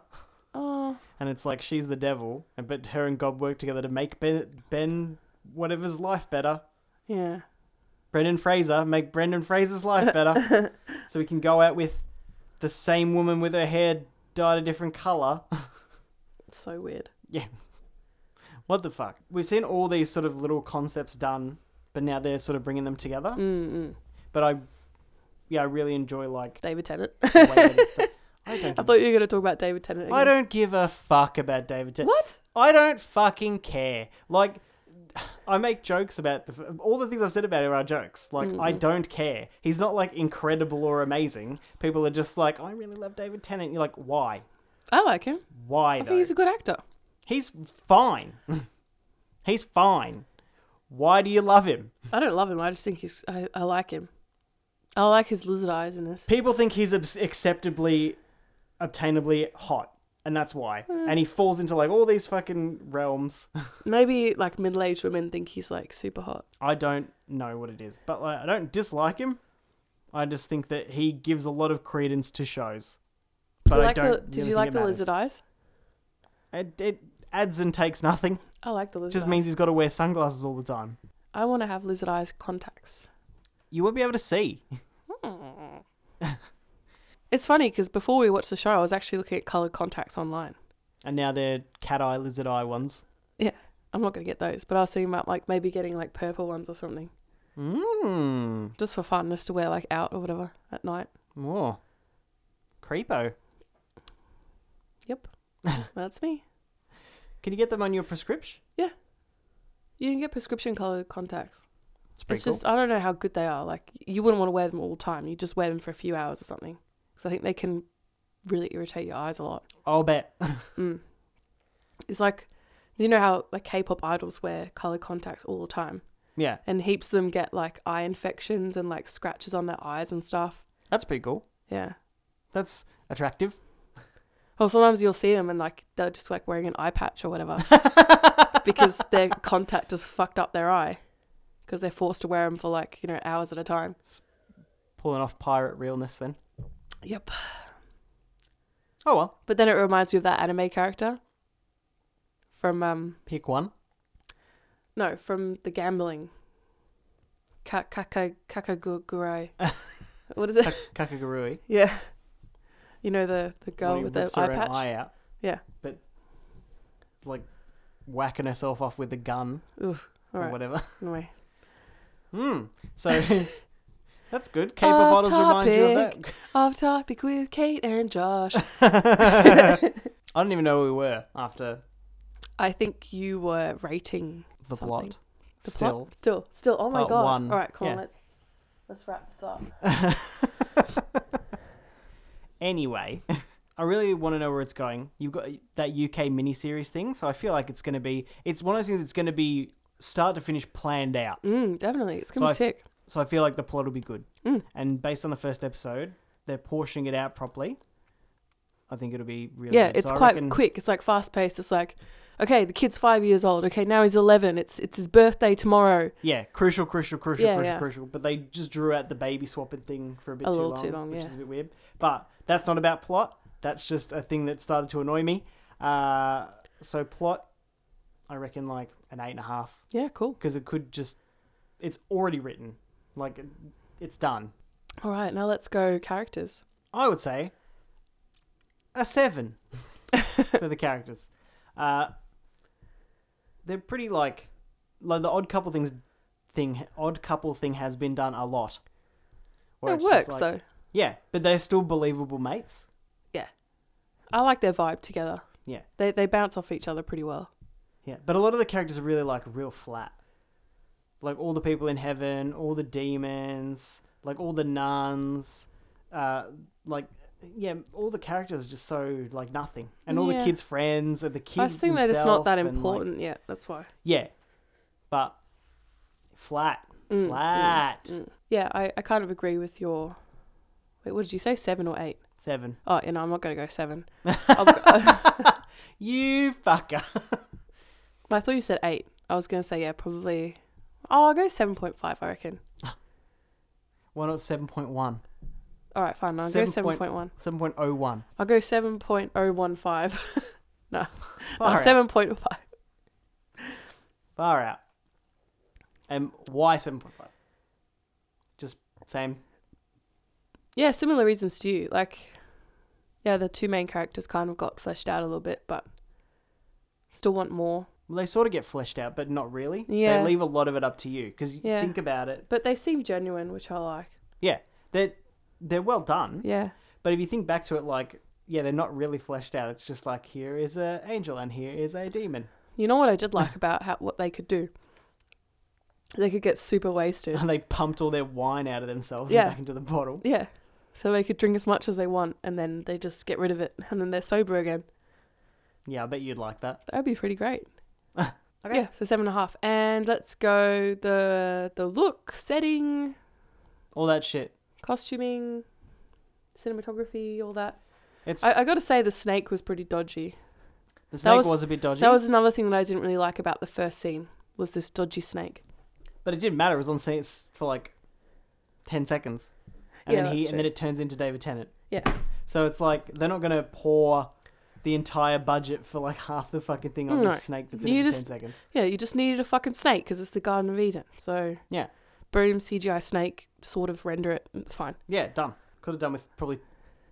S2: Oh,
S1: and it's like she's the devil, and but her and God work together to make Ben, ben whatever's life better.
S2: yeah.
S1: Brendan Fraser, make Brendan Fraser's life better. so we can go out with the same woman with her hair dyed a different colour.
S2: It's so weird.
S1: yes. What the fuck? We've seen all these sort of little concepts done, but now they're sort of bringing them together.
S2: Mm-mm.
S1: But I, yeah, I really enjoy like
S2: David Tennant.
S1: the way that it's done. I don't.
S2: I
S1: Give,
S2: thought you were going to talk about David Tennant. Again.
S1: I don't give a fuck about David Tennant.
S2: What?
S1: I don't fucking care. Like, I make jokes about the f- all the things I've said about him are jokes. Like, I
S2: Mm-hmm.
S1: don't care. He's not like incredible or amazing. People are just like, "Oh, I really love David Tennant. You're like, why?
S2: I like him.
S1: Why
S2: I
S1: though?
S2: think he's
S1: He's,
S2: a good actor.
S1: fine. he's fine. Why do you love him?
S2: I don't love him. I just think he's. I, I like him. I like his lizard eyes in this.
S1: People think he's abs- acceptably, obtainably hot, and that's why.
S2: Hmm.
S1: And he falls into like all these fucking realms.
S2: Maybe like middle-aged women think he's like super hot.
S1: I don't know what it is, but like, I don't dislike him. I just think that he gives a lot of credence to shows. But
S2: you
S1: I
S2: like
S1: don't.
S2: the, did you like the lizard eyes?
S1: It, it adds and takes nothing.
S2: I like the
S1: It
S2: lizard.
S1: just
S2: eyes.
S1: means he's got to wear sunglasses all the time.
S2: I want to have lizard eyes contacts.
S1: You won't be able to see. Hmm.
S2: It's funny because before we watched the show, I was actually looking at colored contacts online.
S1: And now they're cat eye, lizard eye ones.
S2: Yeah, I'm not gonna get those, but I was thinking about like maybe getting like purple ones or something
S1: Mmm.
S2: just for fun, just to wear like out or whatever at night.
S1: More. Creepo.
S2: Yep, that's me.
S1: Can you get them on your prescription?
S2: You can get prescription colored contacts.
S1: It's pretty
S2: it's
S1: cool.
S2: just I don't know how good they are. Like you wouldn't want to wear them all the time. You just wear them for a few hours or something because I think they can really irritate your eyes a lot.
S1: I'll bet.
S2: It's like you know how like K-pop idols wear color contacts all the time,
S1: yeah.
S2: and heaps of them get like eye infections and like scratches on their eyes and stuff.
S1: That's pretty cool.
S2: Yeah.
S1: That's attractive.
S2: Or sometimes you'll see them and like they're just like wearing an eye patch or whatever because their contact just fucked up their eye because they're forced to wear them for like you know hours at a time.
S1: Pulling off pirate realness then.
S2: Yep.
S1: Oh well.
S2: But then it reminds me of that anime character from um
S1: Pick one.
S2: No, from the gambling. Ka- kaka- Kakagurai. what is it?
S1: Kakagurui.
S2: yeah. You know the, the girl
S1: when he
S2: with the
S1: rips her
S2: eye
S1: own
S2: patch?
S1: eye out.
S2: Yeah.
S1: But like whacking herself off with a gun
S2: Oof. All
S1: or
S2: right.
S1: whatever.
S2: Anyway.
S1: Hmm. So that's good. Caper bottles remind you of that.
S2: Off topic with Kate and Josh.
S1: I don't even know where we were after
S2: I think you were rating
S1: the
S2: Something.
S1: plot.
S2: the
S1: Still.
S2: plot. Still. Still. Oh my
S1: Part
S2: god.
S1: one.
S2: All right, cool.
S1: Yeah.
S2: Let's let's wrap this up.
S1: Anyway, I really want to know where it's going. You've got that UK miniseries thing, so I feel like it's going to be. It's one of those things that's going to be start to finish planned out.
S2: Mm, definitely. It's going to
S1: So
S2: be sick.
S1: So I feel like the plot will be good.
S2: Mm.
S1: And based on the first episode, they're portioning it out properly. I think it'll be really
S2: yeah,
S1: good.
S2: it's
S1: So I
S2: quite
S1: reckon-
S2: quick. It's like fast paced. It's like, okay, the kid's five years old. Okay, now he's 11. It's, it's his birthday tomorrow.
S1: Yeah, crucial, crucial, crucial,
S2: Yeah,
S1: crucial,
S2: yeah.
S1: crucial. But they just drew out the baby swapping thing for a bit
S2: A
S1: too,
S2: little
S1: long,
S2: too long,
S1: which
S2: yeah.
S1: is a bit weird. But that's not about plot. That's just a thing that started to annoy me. Uh, so plot, I reckon like an eight and a half
S2: Yeah, cool.
S1: because it could just, it's already written, like it- it's done.
S2: All right, now let's go characters.
S1: I would say a seven for the characters. Uh, they're pretty like like the odd couple things thing odd couple thing has been done a lot. Where
S2: It
S1: it's just like-
S2: works though.
S1: Yeah, but they're still believable mates.
S2: I like their vibe together.
S1: Yeah.
S2: They they bounce off each other pretty well.
S1: Yeah, but a lot of the characters are really like real flat. Like all the people in heaven, all the demons, like all the nuns, uh, like yeah, all the characters are just so like nothing, and all
S2: Yeah.
S1: the kids' friends and the kids.
S2: I just think they're just not that
S1: and, like-
S2: important yet. That's why.
S1: yeah, but flat,
S2: Mm, mm,
S1: flat
S2: Yeah, I, I kind of agree with your. Wait, what did you say? Seven or eight?
S1: seven.
S2: Oh, you know, I'm not going to go seven. I'll-
S1: You fucker.
S2: I thought you said eight. I was going to say, yeah, probably. Oh, I'll go 7.5, I reckon.
S1: Why not seven point one?
S2: All right, fine. I'll
S1: Seven
S2: go
S1: point-
S2: 7.1.
S1: Seven point oh one.
S2: I'll go 7.015. No,
S1: Far out.
S2: 7.5.
S1: Far out. And why seven point five? Just same.
S2: Yeah, similar reasons to you. Like, yeah, the two main characters kind of got fleshed out a little bit, but still want more.
S1: Well, they sort of get fleshed out, but not really.
S2: Yeah.
S1: They leave a lot of it up to you because you
S2: Yeah.
S1: think about it.
S2: But they seem genuine, which I like.
S1: Yeah, they're they're well done.
S2: Yeah.
S1: But if you think back to it, like yeah, they're not really fleshed out. It's just like here is a angel and here is a demon.
S2: You know what I did like about how, what they could do? They could get super wasted.
S1: And they pumped all their wine out of themselves
S2: Yeah.
S1: and back into the bottle.
S2: Yeah. So they could drink as much as they want and then they just get rid of it and then they're sober again.
S1: Yeah, I bet you'd like that.
S2: That would be pretty great.
S1: Okay.
S2: Yeah, so seven and a half. And let's go the the look, setting,
S1: All that shit.
S2: costuming, cinematography, all that.
S1: It's
S2: I, I gotta say the snake was pretty dodgy.
S1: the snake
S2: was-
S1: was, a bit dodgy,
S2: That was another thing that I didn't really like about the first scene was this dodgy snake.
S1: but it didn't matter. It was on scene s- for like ten seconds, and
S2: Yeah,
S1: then he
S2: that's
S1: and then
S2: true.
S1: it turns into David Tennant.
S2: Yeah.
S1: So it's like they're not gonna pour the entire budget for like half the fucking thing on
S2: No.
S1: this snake that's in
S2: You
S1: it for
S2: just-
S1: ten seconds.
S2: Yeah, you just needed a fucking snake because it's the Garden of Eden. So
S1: Yeah.
S2: boom, CGI snake, sort of render it. It's fine.
S1: Yeah, done. Could have done with probably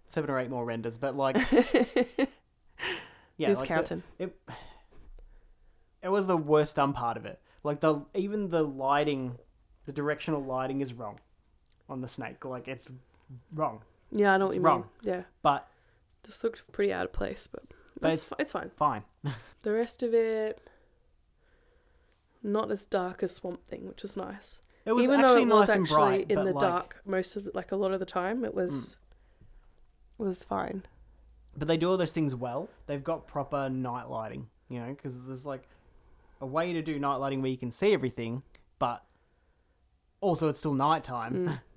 S1: seven or eight more renders, but like, yeah, like
S2: Who's
S1: the-
S2: counting?
S1: it it was the worst done part of it. Like the even the lighting, the directional lighting is wrong on the snake. Like it's wrong,
S2: yeah, I know what
S1: it's
S2: you mean.
S1: wrong.
S2: Yeah.
S1: but
S2: Just looked pretty out of place, but,
S1: But it's-
S2: it's, fi- it's fine.
S1: fine.
S2: The rest of it, not as dark as Swamp Thing, which was nice.
S1: It was
S2: Even though
S1: actually
S2: it
S1: nice
S2: was
S1: and
S2: actually
S1: bright,
S2: in
S1: but
S2: the
S1: like,
S2: dark most of the, like a lot of the time, it was
S1: Mm.
S2: was fine.
S1: But they do all those things well. They've got proper night lighting, you know, because there's like a way to do night lighting where you can see everything, but also it's still nighttime.
S2: Mm.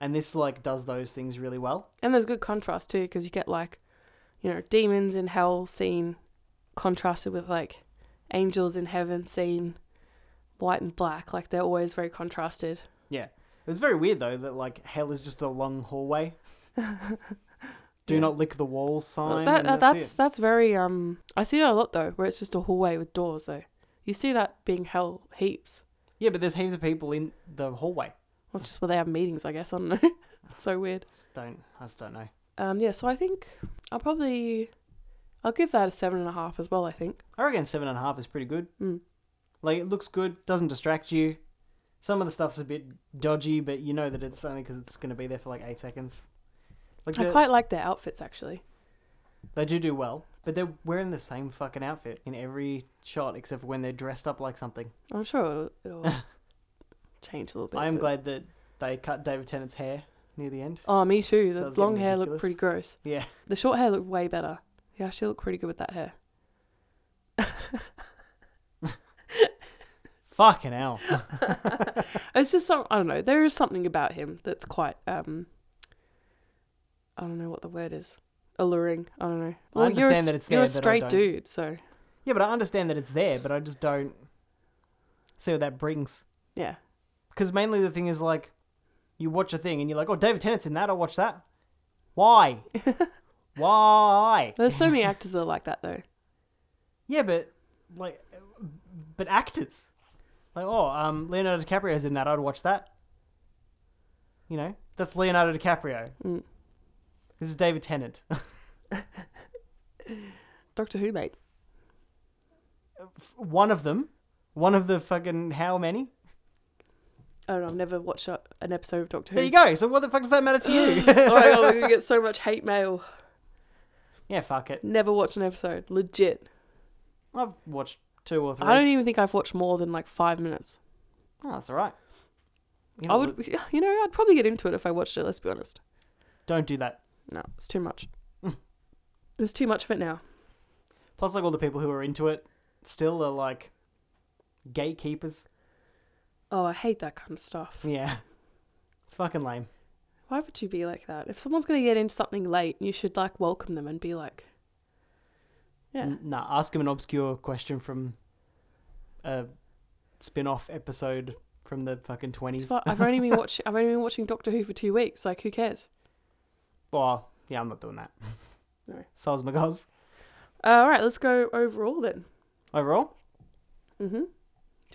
S1: And this like does those things really well.
S2: And there's good contrast too, because you get like, you know, demons in hell seen contrasted with like angels in heaven seen white and black. Like they're always very contrasted.
S1: Yeah. It was very weird though that like hell is just a long hallway. Do not lick the walls sign.
S2: that,
S1: and
S2: that's
S1: that's,
S2: that's,
S1: it.
S2: very um. I see that a lot though, where it's just a hallway with doors though. You see that being hell heaps.
S1: Yeah, but there's heaps of people in the hallway.
S2: That's just where they have meetings, I guess. I don't know. it's so weird.
S1: Just don't I just don't know.
S2: Um, yeah. So I think I'll probably I'll give that a seven and a half as well. I think.
S1: I reckon seven and a half is pretty good.
S2: Mm.
S1: Like it looks good, doesn't distract you. Some of the stuff's a bit dodgy, but you know that it's only because it's going to be there for like eight seconds. Like
S2: I
S1: the-
S2: quite like their outfits actually.
S1: they do do well, but they're wearing the same fucking outfit in every shot, except for when they're dressed up like something.
S2: I'm sure it'll, it'll change a little bit.
S1: I am
S2: but-
S1: glad that they cut David Tennant's hair near the end.
S2: Oh, me too. The
S1: So it's getting
S2: long hair looked
S1: ridiculous.
S2: pretty gross.
S1: Yeah,
S2: The short hair looked way better. Yeah, she looked pretty good with that hair.
S1: Fucking hell.
S2: It's just some I don't know. There is something about him that's quite um I don't know what the word is. Alluring. I don't know. Well, you're a,
S1: understand that it's
S2: you're a
S1: there, but I
S2: straight
S1: don't.
S2: dude, so
S1: yeah, but I understand that it's there, but I just don't see what that brings.
S2: yeah.
S1: Because mainly the thing is like, you watch a thing and you're like, oh, David Tennant's in that. I'll watch that. Why? Why?
S2: There's so many actors that are like that though.
S1: Yeah, but like, but actors. Like, oh, um, Leonardo DiCaprio's in that. I'd watch that. You know, that's Leonardo DiCaprio.
S2: Mm.
S1: This is David Tennant.
S2: Doctor Who mate.
S1: one of them. One of the fucking how many?
S2: I don't know, I've never watched a, an episode of Doctor Who.
S1: There you go. So what the fuck does that matter to you?
S2: oh my god, we're gonna get so much hate mail.
S1: yeah, fuck it.
S2: Never watched an episode. Legit.
S1: I've watched two or three.
S2: I don't even think I've watched more than like five minutes.
S1: Oh, that's all right. You
S2: I
S1: know,
S2: would you know, I'd probably get into it if I watched it, let's be honest.
S1: Don't do that.
S2: No, it's too much.
S1: Hmm.
S2: There's too much of it now.
S1: Plus, like all the people who are into it still are like gatekeepers.
S2: Oh, I hate that kind of stuff.
S1: Yeah, it's fucking lame.
S2: Why would you be like that? If someone's going to get into something late, you should like welcome them and be like, yeah,
S1: N- Nah, ask him an obscure question from a spin-off episode from the fucking
S2: it's
S1: twenties.
S2: fine. I've only been watching. I've only been watching Doctor Who for two weeks. Like, who cares?
S1: Well, yeah, I'm not doing that.
S2: No.
S1: Salzmagoz
S2: Uh, all right, let's go overall then.
S1: overall.
S2: Mm-hmm. Do you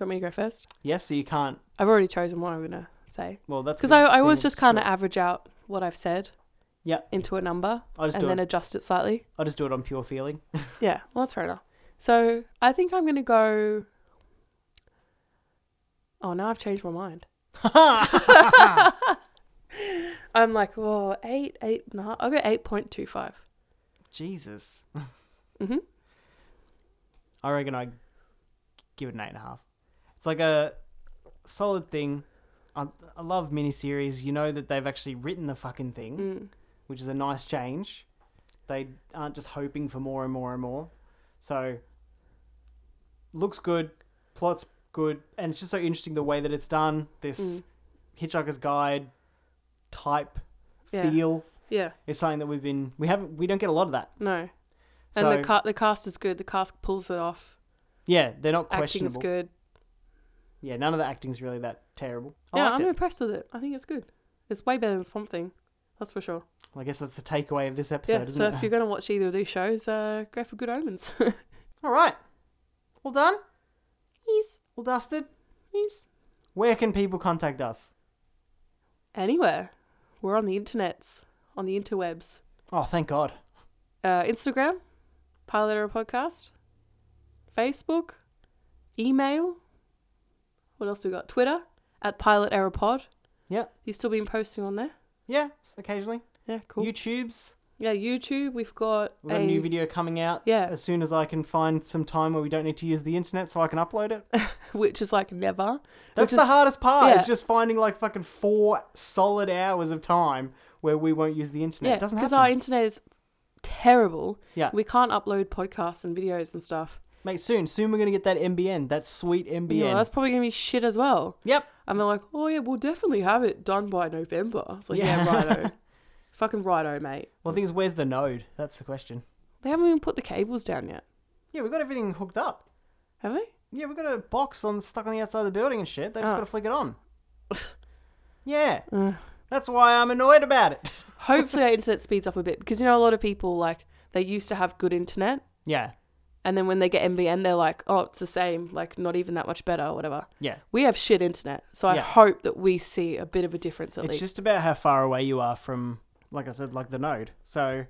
S2: want me to go first?
S1: Yes, so you can't.
S2: I've already chosen what I'm gonna say
S1: Well, that's
S2: because
S1: good.
S2: I, I
S1: Then
S2: always
S1: it's
S2: just kind of
S1: good.
S2: average out what I've said.
S1: Yeah.
S2: Into a number
S1: I'll just
S2: and
S1: do
S2: then
S1: it.
S2: adjust it slightly.
S1: I'll just do it on pure feeling.
S2: Yeah, well, that's fair enough. So I think I'm gonna go. Oh, now I've changed my mind. I'm like, whoa, eight, eight and a half. I'll go eight point two five.
S1: Jesus. Mm-hmm.
S2: Mhm.
S1: I reckon I give it an eight and a half. It's like a solid thing. I, I love miniseries. You know that they've actually written the fucking thing,
S2: Mm.
S1: which is a nice change. They aren't just hoping for more and more and more. So, looks good, plot's good, and it's just so interesting the way that it's done.
S2: Mm.
S1: This Hitchhiker's Guide type
S2: Yeah.
S1: feel
S2: Yeah,
S1: is something that we've been we haven't we don't get a lot of that.
S2: no. And
S1: So
S2: the ca- the cast is good. The cast pulls it off.
S1: yeah, they're not
S2: Acting's
S1: questionable.
S2: good.
S1: Yeah, none of the acting's really that terrible. I
S2: yeah,
S1: liked
S2: I'm
S1: it.
S2: impressed with it. I think it's good. It's way better than Swamp Thing. That's for sure.
S1: Well, I guess that's the takeaway of this episode,
S2: Yeah.
S1: isn't
S2: so
S1: it?
S2: if you're gonna watch either of these shows, uh, go for Good Omens.
S1: All right, all done,
S2: Yes,
S1: all dusted.
S2: yes.
S1: Where can people contact us?
S2: Anywhere, we're on the internets, on the interwebs.
S1: Oh, thank God.
S2: Uh, Instagram, Pilot Era Podcast, Facebook, email. What else we got? Twitter at Pilot Era Pod.
S1: Yeah,
S2: You've still been posting on there.
S1: yeah, just occasionally.
S2: Yeah, cool.
S1: YouTube's.
S2: yeah, YouTube. We've got
S1: We've got a new video coming out.
S2: Yeah.
S1: As soon as I can find some time where we don't need to use the internet, so I can upload it.
S2: which is like never.
S1: That's
S2: which
S1: the
S2: is,
S1: hardest part.
S2: yeah.
S1: Is just finding like fucking four solid hours of time where we won't use the internet.
S2: yeah,
S1: it doesn't
S2: because
S1: happen.
S2: our internet is terrible.
S1: Yeah.
S2: we can't upload podcasts and videos and stuff.
S1: Mate, soon, soon we're gonna get that MBN, that sweet MBN.
S2: Yeah, that's probably gonna be shit as well.
S1: Yep.
S2: And they're like, oh yeah, we'll definitely have it done by November. It's like,
S1: Yeah.
S2: yeah, righto, fucking righto, mate.
S1: Well, the thing is, where's the node? That's the question.
S2: They haven't even put the cables down yet,
S1: Yeah, we got everything hooked up.
S2: have they?
S1: Yeah, we got a box on stuck on the outside of the building and shit. They just
S2: Oh.
S1: got to flick it on. yeah. That's why I'm annoyed about it.
S2: Hopefully, our internet speeds up a bit because you know a lot of people like they used to have good internet,
S1: yeah.
S2: and then when they get MBN, they're like, oh, it's the same, like not even that much better, or whatever.
S1: Yeah.
S2: We have shit internet, so I
S1: Yeah.
S2: hope that we see a bit of a difference at
S1: It's
S2: least.
S1: just about how far away you are from, like I said, like the node. So,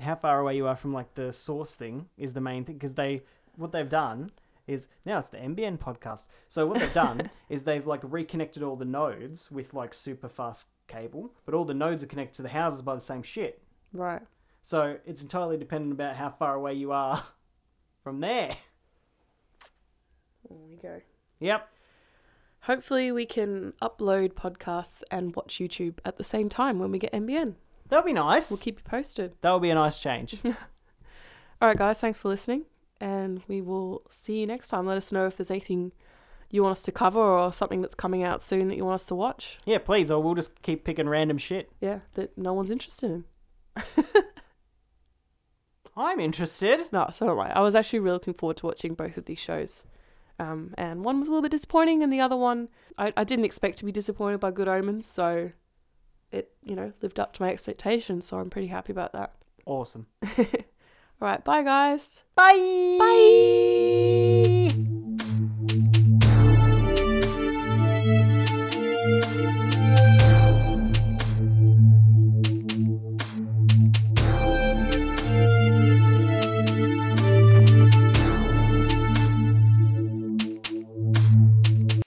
S1: how far away you are from like the source thing is the main thing because they what they've done is now it's the MBN podcast. So what they've done is they've like reconnected all the nodes with like super fast cable, but all the nodes are connected to the houses by the same shit.
S2: right.
S1: So it's entirely dependent about how far away you are from there.
S2: There we go.
S1: Yep.
S2: Hopefully, we can upload podcasts and watch YouTube at the same time when we get MBN.
S1: That'll be nice.
S2: We'll keep you posted.
S1: That'll be a nice change.
S2: All right, guys, thanks for listening, and we will see you next time. Let us know if there's anything you want us to cover or something that's coming out soon that you want us to watch.
S1: Yeah, please, or we'll just keep picking random shit.
S2: Yeah, that no one's interested in.
S1: I'm interested.
S2: No, so am I. I was actually really looking forward to watching both of these shows. Um, and one was a little bit disappointing, and the other one, I, I didn't expect to be disappointed by Good Omens, so it, you know, lived up to my expectations, so I'm pretty happy about that.
S1: Awesome.
S2: All right, bye guys.
S1: Bye. Bye.